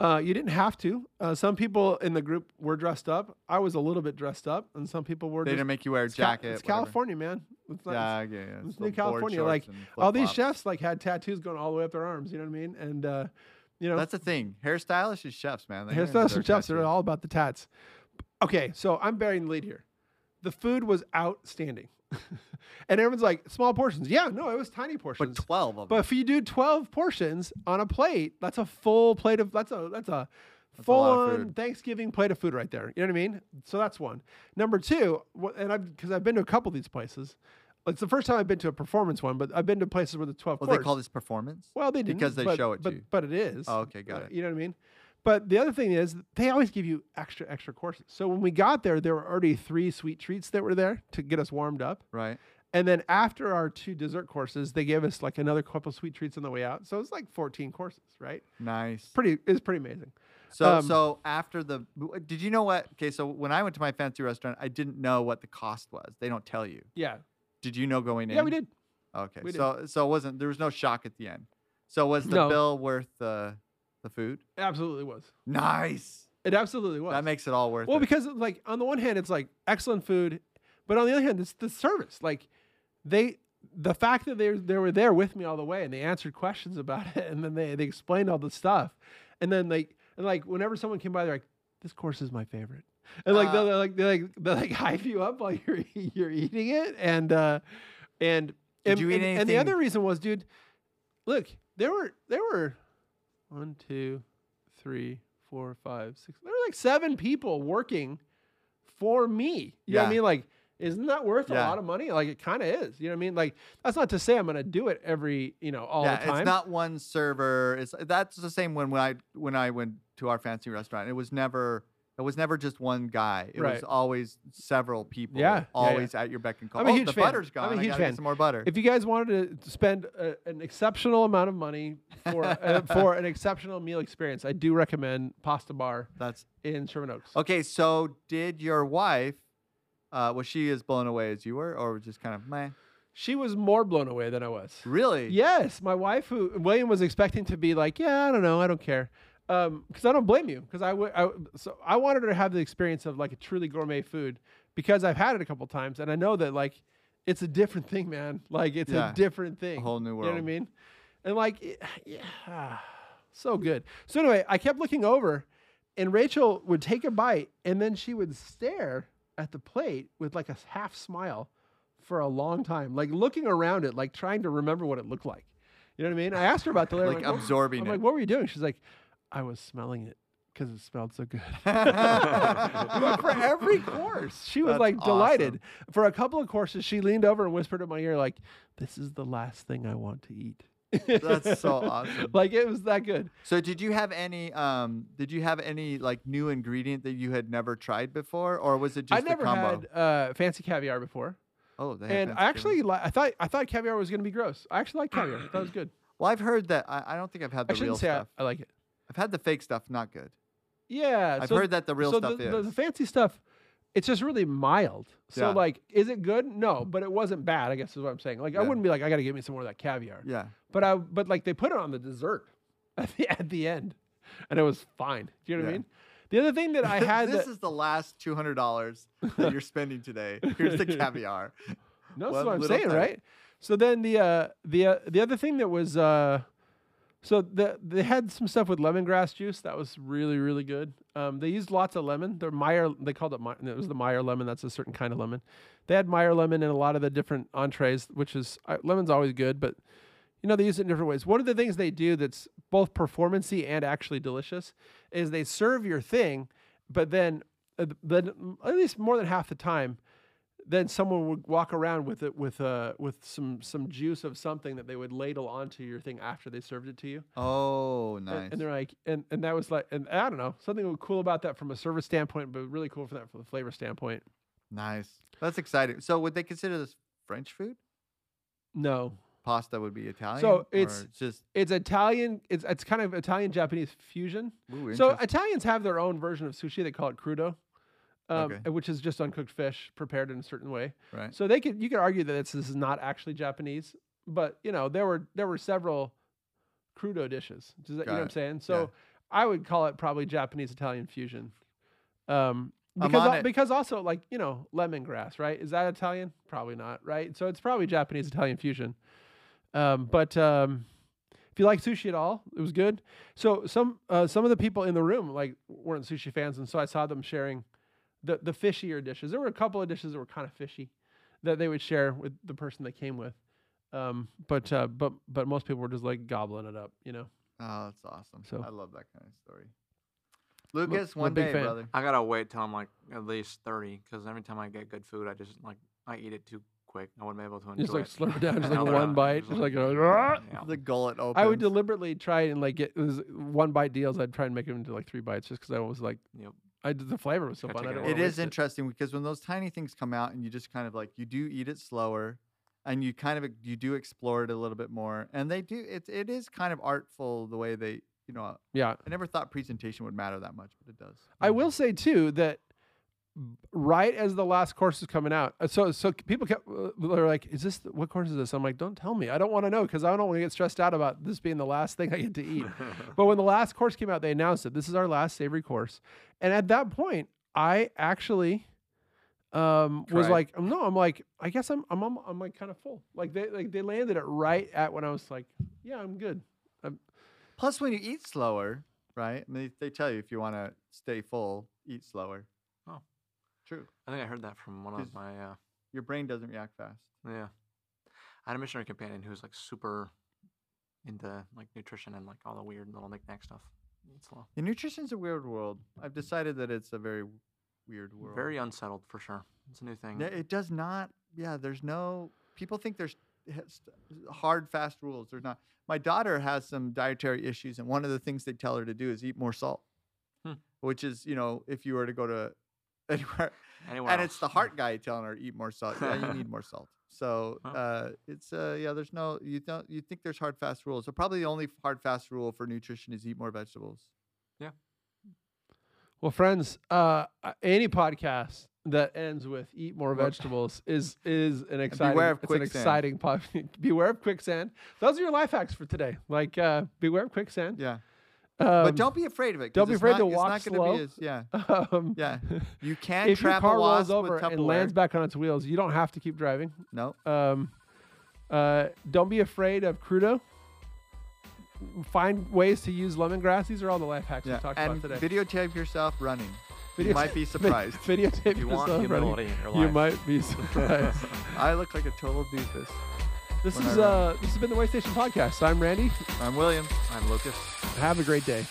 Speaker 2: Uh, you didn't have to. Uh, some people in the group were dressed up. I was a little bit dressed up, and some people were.
Speaker 1: They
Speaker 2: just,
Speaker 1: didn't make you wear a
Speaker 2: it's Ca-
Speaker 1: jacket.
Speaker 2: It's
Speaker 1: whatever.
Speaker 2: California, man. It's not,
Speaker 1: Yeah,
Speaker 2: yeah,
Speaker 1: yeah, yeah.
Speaker 2: it's
Speaker 1: still
Speaker 2: New
Speaker 1: board
Speaker 2: California,
Speaker 1: shorts
Speaker 2: like,
Speaker 1: and
Speaker 2: all these
Speaker 1: flip-flops.
Speaker 2: chefs like had tattoos going all the way up their arms. You know what I mean? And uh, you know,
Speaker 1: That's the thing. Hairstylists is chefs, man. They
Speaker 2: hairstylists and chefs are all about the tats. Okay, so I'm burying the lead here. The food was outstanding, [LAUGHS] and everyone's like small portions. Yeah, no, it was tiny
Speaker 1: But
Speaker 2: portions.
Speaker 1: twelve of
Speaker 2: But
Speaker 1: them.
Speaker 2: if you do twelve portions on a plate, that's a full plate of that's a that's a
Speaker 1: a
Speaker 2: full
Speaker 1: lot of
Speaker 2: on
Speaker 1: food.
Speaker 2: Thanksgiving plate of food right there. You know what I mean? So that's one. Number two, wha- and I've because I've been to a couple of these places. It's the first time I've been to a performance one, but I've been to places where the twelve.
Speaker 1: Well, Oh, they call
Speaker 2: course-
Speaker 1: this performance.
Speaker 2: Well, they didn't
Speaker 1: because they
Speaker 2: but-
Speaker 1: show it to
Speaker 2: but,
Speaker 1: you.
Speaker 2: But it is.
Speaker 1: Oh, okay, got
Speaker 2: uh,
Speaker 1: it.
Speaker 2: You know what I mean? But the other thing is, they always give you extra, extra courses. So when we got there, there were already three sweet treats that were there to get us warmed up.
Speaker 1: Right.
Speaker 2: And then after our two dessert courses, they gave us like another couple sweet treats on the way out. So it's like 14 courses, right?
Speaker 1: Nice.
Speaker 2: Pretty, it's pretty amazing.
Speaker 1: So
Speaker 2: Um,
Speaker 1: so after the w- did you know what? Okay, so when I went to my fancy restaurant, I didn't know what the cost was. They don't tell you.
Speaker 2: Yeah.
Speaker 1: Did you know going in?
Speaker 2: Yeah, we did.
Speaker 1: Okay,
Speaker 2: We did.
Speaker 1: so so it wasn't there was no shock at the end. So was the
Speaker 2: No.
Speaker 1: bill worth the the food?
Speaker 2: It absolutely was.
Speaker 1: Nice.
Speaker 2: It absolutely was.
Speaker 1: That makes it all worth
Speaker 2: well,
Speaker 1: it.
Speaker 2: because like on the one hand, it's like excellent food, but on the other hand, it's the service. Like they, the fact that they they were there with me all the way and they answered questions [LAUGHS] about it, and then they they explained all the stuff, and then like and like whenever someone came by, they're like, "This course is my favorite," and like
Speaker 1: Ah.
Speaker 2: they're like they like they like hype you up while [LAUGHS] you're you're eating it, and uh and
Speaker 1: Did
Speaker 2: and,
Speaker 1: you eat
Speaker 2: and, and the
Speaker 1: anything-
Speaker 2: other reason was, dude, look, there were there were one, two, three, four, five, six. There were like seven people working for me. You know what
Speaker 1: Yeah.
Speaker 2: I mean? Like, isn't that worth
Speaker 1: Yeah.
Speaker 2: a lot of money? Like it kind of is. You know what I mean? Like that's not to say I'm gonna do it every, you know, all
Speaker 1: yeah,
Speaker 2: the time.
Speaker 1: it's not one server. It's that's the same when, when I when I went to our fancy restaurant. It was never it was never just one guy. It was
Speaker 2: Right.
Speaker 1: always several people.
Speaker 2: Yeah, yeah, yeah.
Speaker 1: always at your beck and call.
Speaker 2: I'm a
Speaker 1: oh,
Speaker 2: huge
Speaker 1: the
Speaker 2: fan.
Speaker 1: butter's gone.
Speaker 2: I'm a
Speaker 1: I
Speaker 2: huge
Speaker 1: gotta get
Speaker 2: fan.
Speaker 1: Some more butter.
Speaker 2: if you guys wanted to spend a, an exceptional amount of money
Speaker 1: [LAUGHS]
Speaker 2: for uh, for an exceptional meal experience, I do recommend Pasta Bar
Speaker 1: That's
Speaker 2: in Sherman Oaks.
Speaker 1: okay. So did your wife? Uh, was she as blown away as you were, or just kind of meh?
Speaker 2: She was more blown away than I was.
Speaker 1: Really?
Speaker 2: Yes, my wife, who William was expecting to be like, yeah, I don't know, I don't care, because I don't blame you, because I would, I, so I wanted her to have the experience of like a truly gourmet food, because I've had it a couple times, and I know that like it's a different thing, man. Like it's
Speaker 1: Yeah.
Speaker 2: a different thing.
Speaker 1: A whole new
Speaker 2: You
Speaker 1: world.
Speaker 2: know what I mean? And like, it- [SIGHS] yeah, so good. So anyway, I kept looking over, and Rachel would take a bite, and then she would stare at the plate with like a half smile for a long time, like looking around it, like trying to remember what it looked like. You know what I mean? I asked her about the later.
Speaker 1: Like
Speaker 2: I'm
Speaker 1: absorbing
Speaker 2: I'm
Speaker 1: it. [LAUGHS]
Speaker 2: like, what [LAUGHS] were you doing? She's like, I was smelling it because it smelled so good.
Speaker 1: [LAUGHS]
Speaker 2: But for every course, she was
Speaker 1: That's
Speaker 2: like delighted.
Speaker 1: awesome.
Speaker 2: For a couple of courses, she leaned over and whispered in my ear, like, "This is the last thing I want to eat."
Speaker 1: That's
Speaker 2: [LAUGHS]
Speaker 1: so awesome.
Speaker 2: like it was that good.
Speaker 1: So did you have any um did you have any like new ingredient that you had never tried before or was it just
Speaker 2: I never
Speaker 1: the combo?
Speaker 2: had uh, fancy caviar before,
Speaker 1: oh, they have
Speaker 2: and
Speaker 1: fancy
Speaker 2: I actually
Speaker 1: food.
Speaker 2: li- I thought I thought caviar was going to be gross. I actually like caviar. that
Speaker 1: [CLEARS THROAT]
Speaker 2: was good.
Speaker 1: Well, I've heard that I, I don't think I've had
Speaker 2: I
Speaker 1: the real
Speaker 2: shouldn't say I,
Speaker 1: stuff.
Speaker 2: I like it.
Speaker 1: I've had the fake stuff, not good.
Speaker 2: Yeah,
Speaker 1: I've
Speaker 2: so
Speaker 1: heard that the real
Speaker 2: so
Speaker 1: stuff
Speaker 2: the, the-
Speaker 1: is.
Speaker 2: the fancy stuff, it's just really mild. So
Speaker 1: Yeah.
Speaker 2: like, is it good? No, but it wasn't bad. I guess is what I'm saying. Like, I
Speaker 1: Yeah.
Speaker 2: wouldn't be like, I got to get me some more of that caviar.
Speaker 1: yeah.
Speaker 2: But I, but like, they put it on the dessert [LAUGHS] at the at the end, and it was fine. Do you know what
Speaker 1: Yeah.
Speaker 2: I mean? The other thing that [LAUGHS] I had,
Speaker 1: [LAUGHS] this
Speaker 2: that,
Speaker 1: is the last two hundred dollars that you're spending today. Here's the
Speaker 2: [LAUGHS]
Speaker 1: caviar. [LAUGHS]
Speaker 2: no,
Speaker 1: one
Speaker 2: that's what I'm
Speaker 1: little
Speaker 2: saying,
Speaker 1: thing.
Speaker 2: right? So then the uh, the uh, the other thing that was. Uh, so the, they had some stuff with lemongrass juice that was really really good. Um, they used lots of lemon. Their Meyer they called it Meyer, it was the Meyer lemon. That's a certain kind of lemon. They had Meyer lemon in a lot of the different entrees, which is uh, lemon's always good, but you know they use it in different ways. One of the things they do that's both performancy and actually delicious is they serve your thing, but then uh, then at least more than half the time. Then someone would walk around with it with uh, with some some juice of something that they would ladle onto your thing after they served it to you.
Speaker 1: Oh
Speaker 2: And-
Speaker 1: nice.
Speaker 2: And, they're like, and, and that was like, and I don't know, something cool about that from a service standpoint, but really cool for that from the flavor standpoint.
Speaker 1: nice. That's exciting. So would they consider this French food?
Speaker 2: No,
Speaker 1: Pasta would be Italian.
Speaker 2: it's-
Speaker 1: or just
Speaker 2: it's Italian. It's it's kind of Italian Japanese fusion.
Speaker 1: ooh,
Speaker 2: So
Speaker 1: interesting.
Speaker 2: Italians have their own version of sushi. They call it crudo, um,
Speaker 1: Okay.
Speaker 2: which is just uncooked fish prepared in a certain way.
Speaker 1: right.
Speaker 2: So they could you could argue that it's, this is not actually Japanese, but you know there were there were several crudo dishes. Does that,
Speaker 1: Got
Speaker 2: you know what
Speaker 1: it.
Speaker 2: I'm saying? So I would call it probably Japanese Italian fusion. Um,
Speaker 1: I'm
Speaker 2: because
Speaker 1: on
Speaker 2: al-
Speaker 1: it.
Speaker 2: because also like you know lemongrass, right? Is that Italian? Probably not, right? So it's probably Japanese Italian fusion. Um, but um, if you like sushi at all, it was good. So some uh, some of the people in the room like weren't sushi fans, and so I saw them sharing the the fishier dishes. There were a couple of dishes that were kind of fishy that they would share with the person they came with. Um, but uh, but but most people were just like gobbling it up, you know.
Speaker 1: Oh, that's awesome.
Speaker 2: So-
Speaker 1: I love that kind of story. Lucas,
Speaker 2: I'm a
Speaker 1: one
Speaker 2: big
Speaker 1: day,
Speaker 2: fan.
Speaker 1: brother.
Speaker 3: I gotta wait till I'm like at least thirty, because every time I get good food, I just like I eat it too quick, I wouldn't be able to enjoy
Speaker 2: Just like
Speaker 3: it.
Speaker 2: slurp it down, just
Speaker 3: And now
Speaker 2: like
Speaker 3: they're
Speaker 2: one
Speaker 3: not.
Speaker 2: bite,
Speaker 3: [LAUGHS] Just
Speaker 2: just
Speaker 3: [LAUGHS] like-
Speaker 2: like a,
Speaker 3: Yeah. [LAUGHS]
Speaker 1: The gullet open.
Speaker 2: I would deliberately try and like get it was one bite deals. I'd try and make them into like three bites just because I was like,
Speaker 3: Yep.
Speaker 2: I did the flavor was so
Speaker 3: Gotta
Speaker 2: fun. I
Speaker 3: take
Speaker 2: don't
Speaker 3: it
Speaker 2: wanna
Speaker 1: it is
Speaker 2: waste
Speaker 1: interesting because when those tiny things come out and you just kind of like you do eat it slower and you kind of you do explore it a little bit more and they do it it is kind of artful the way they you know
Speaker 2: Yeah,
Speaker 1: i never thought presentation would matter that much but it does
Speaker 2: I will say too that b- right as the last course is coming out, uh, so so people kept uh, they're like, "Is this the- what course is this?" I'm like, "Don't tell me. I don't want to know because I don't want to get stressed out about this being the last thing I get to eat."
Speaker 3: [LAUGHS]
Speaker 2: but when the last course came out, they announced it. This is our last savory course, and at that point, I actually um, was
Speaker 1: Cried.
Speaker 2: like, um, "No, I'm like, I guess I'm I'm I'm, I'm like kind of full." Like they like they landed it right at when I was like, "Yeah, I'm good."
Speaker 1: plus when you eat slower right I mean, they tell you if you want to stay full eat slower
Speaker 3: Oh.
Speaker 1: true
Speaker 3: I think I heard that from one
Speaker 1: Is-
Speaker 3: of my uh,
Speaker 1: your brain doesn't react fast
Speaker 3: yeah. I had a missionary companion who was like super into like nutrition and like all the weird little knickknack stuff. It's a
Speaker 1: yeah, nutrition's a weird world i've decided that it's a very w- weird world
Speaker 3: very unsettled for sure. It's a new thing.
Speaker 1: No, it does not. Yeah, there's no. People think there's has- hard, fast rules. There's not. My daughter has some dietary issues, and one of the things they tell her to do is eat more salt,
Speaker 3: Hmm.
Speaker 1: which is, you know, if you were to go to [LAUGHS] anywhere,
Speaker 3: Anywhere
Speaker 1: and
Speaker 3: else.
Speaker 1: it's the heart guy telling her eat more salt. Yeah,
Speaker 3: [LAUGHS]
Speaker 1: you need more salt. So
Speaker 3: Wow.
Speaker 1: uh, it's uh, yeah. There's no you don't you think there's hard fast rules. So probably the only hard fast rule for nutrition is eat more vegetables.
Speaker 2: Well, friends, uh, uh, any podcast that ends with "eat more
Speaker 1: More-
Speaker 2: vegetables" is is an exciting.
Speaker 1: beware of
Speaker 2: it's an
Speaker 1: quicksand.
Speaker 2: exciting pod. [LAUGHS] beware of quicksand. Those are your life hacks for today. Like, uh, beware of quicksand.
Speaker 1: Yeah,
Speaker 2: Um,
Speaker 1: but don't be afraid of it. 'cause
Speaker 2: don't be
Speaker 1: it's
Speaker 2: afraid
Speaker 1: not-
Speaker 2: to
Speaker 1: it's
Speaker 2: walk
Speaker 1: not gonna
Speaker 2: slow.
Speaker 1: Be as, yeah,
Speaker 2: [LAUGHS] um, [LAUGHS]
Speaker 1: yeah. You can
Speaker 2: If your
Speaker 1: trap
Speaker 2: car
Speaker 1: a wasp
Speaker 2: rolls over
Speaker 1: with Tupperware.
Speaker 2: and lands back on its wheels, you don't have to keep driving.
Speaker 1: no.
Speaker 2: [LAUGHS] Um, uh, don't be afraid of crudo. Find ways to use lemongrass. These are all the life hacks we talked
Speaker 1: and
Speaker 2: about today.
Speaker 1: videotape yourself running.
Speaker 2: [LAUGHS] Video-
Speaker 1: you might
Speaker 2: [LAUGHS]
Speaker 1: be surprised.
Speaker 2: Videotape
Speaker 3: if
Speaker 2: [LAUGHS]
Speaker 3: you want
Speaker 2: yourself running.
Speaker 3: humility in your life.
Speaker 2: You might be
Speaker 3: [LAUGHS]
Speaker 2: surprised.
Speaker 1: I look like a total doofus.
Speaker 2: this
Speaker 1: when I
Speaker 2: is
Speaker 1: run.
Speaker 2: uh, this has been the Waystation Podcast. I'm Randy.
Speaker 1: I'm William.
Speaker 3: I'm Lucas.
Speaker 2: Have a great day.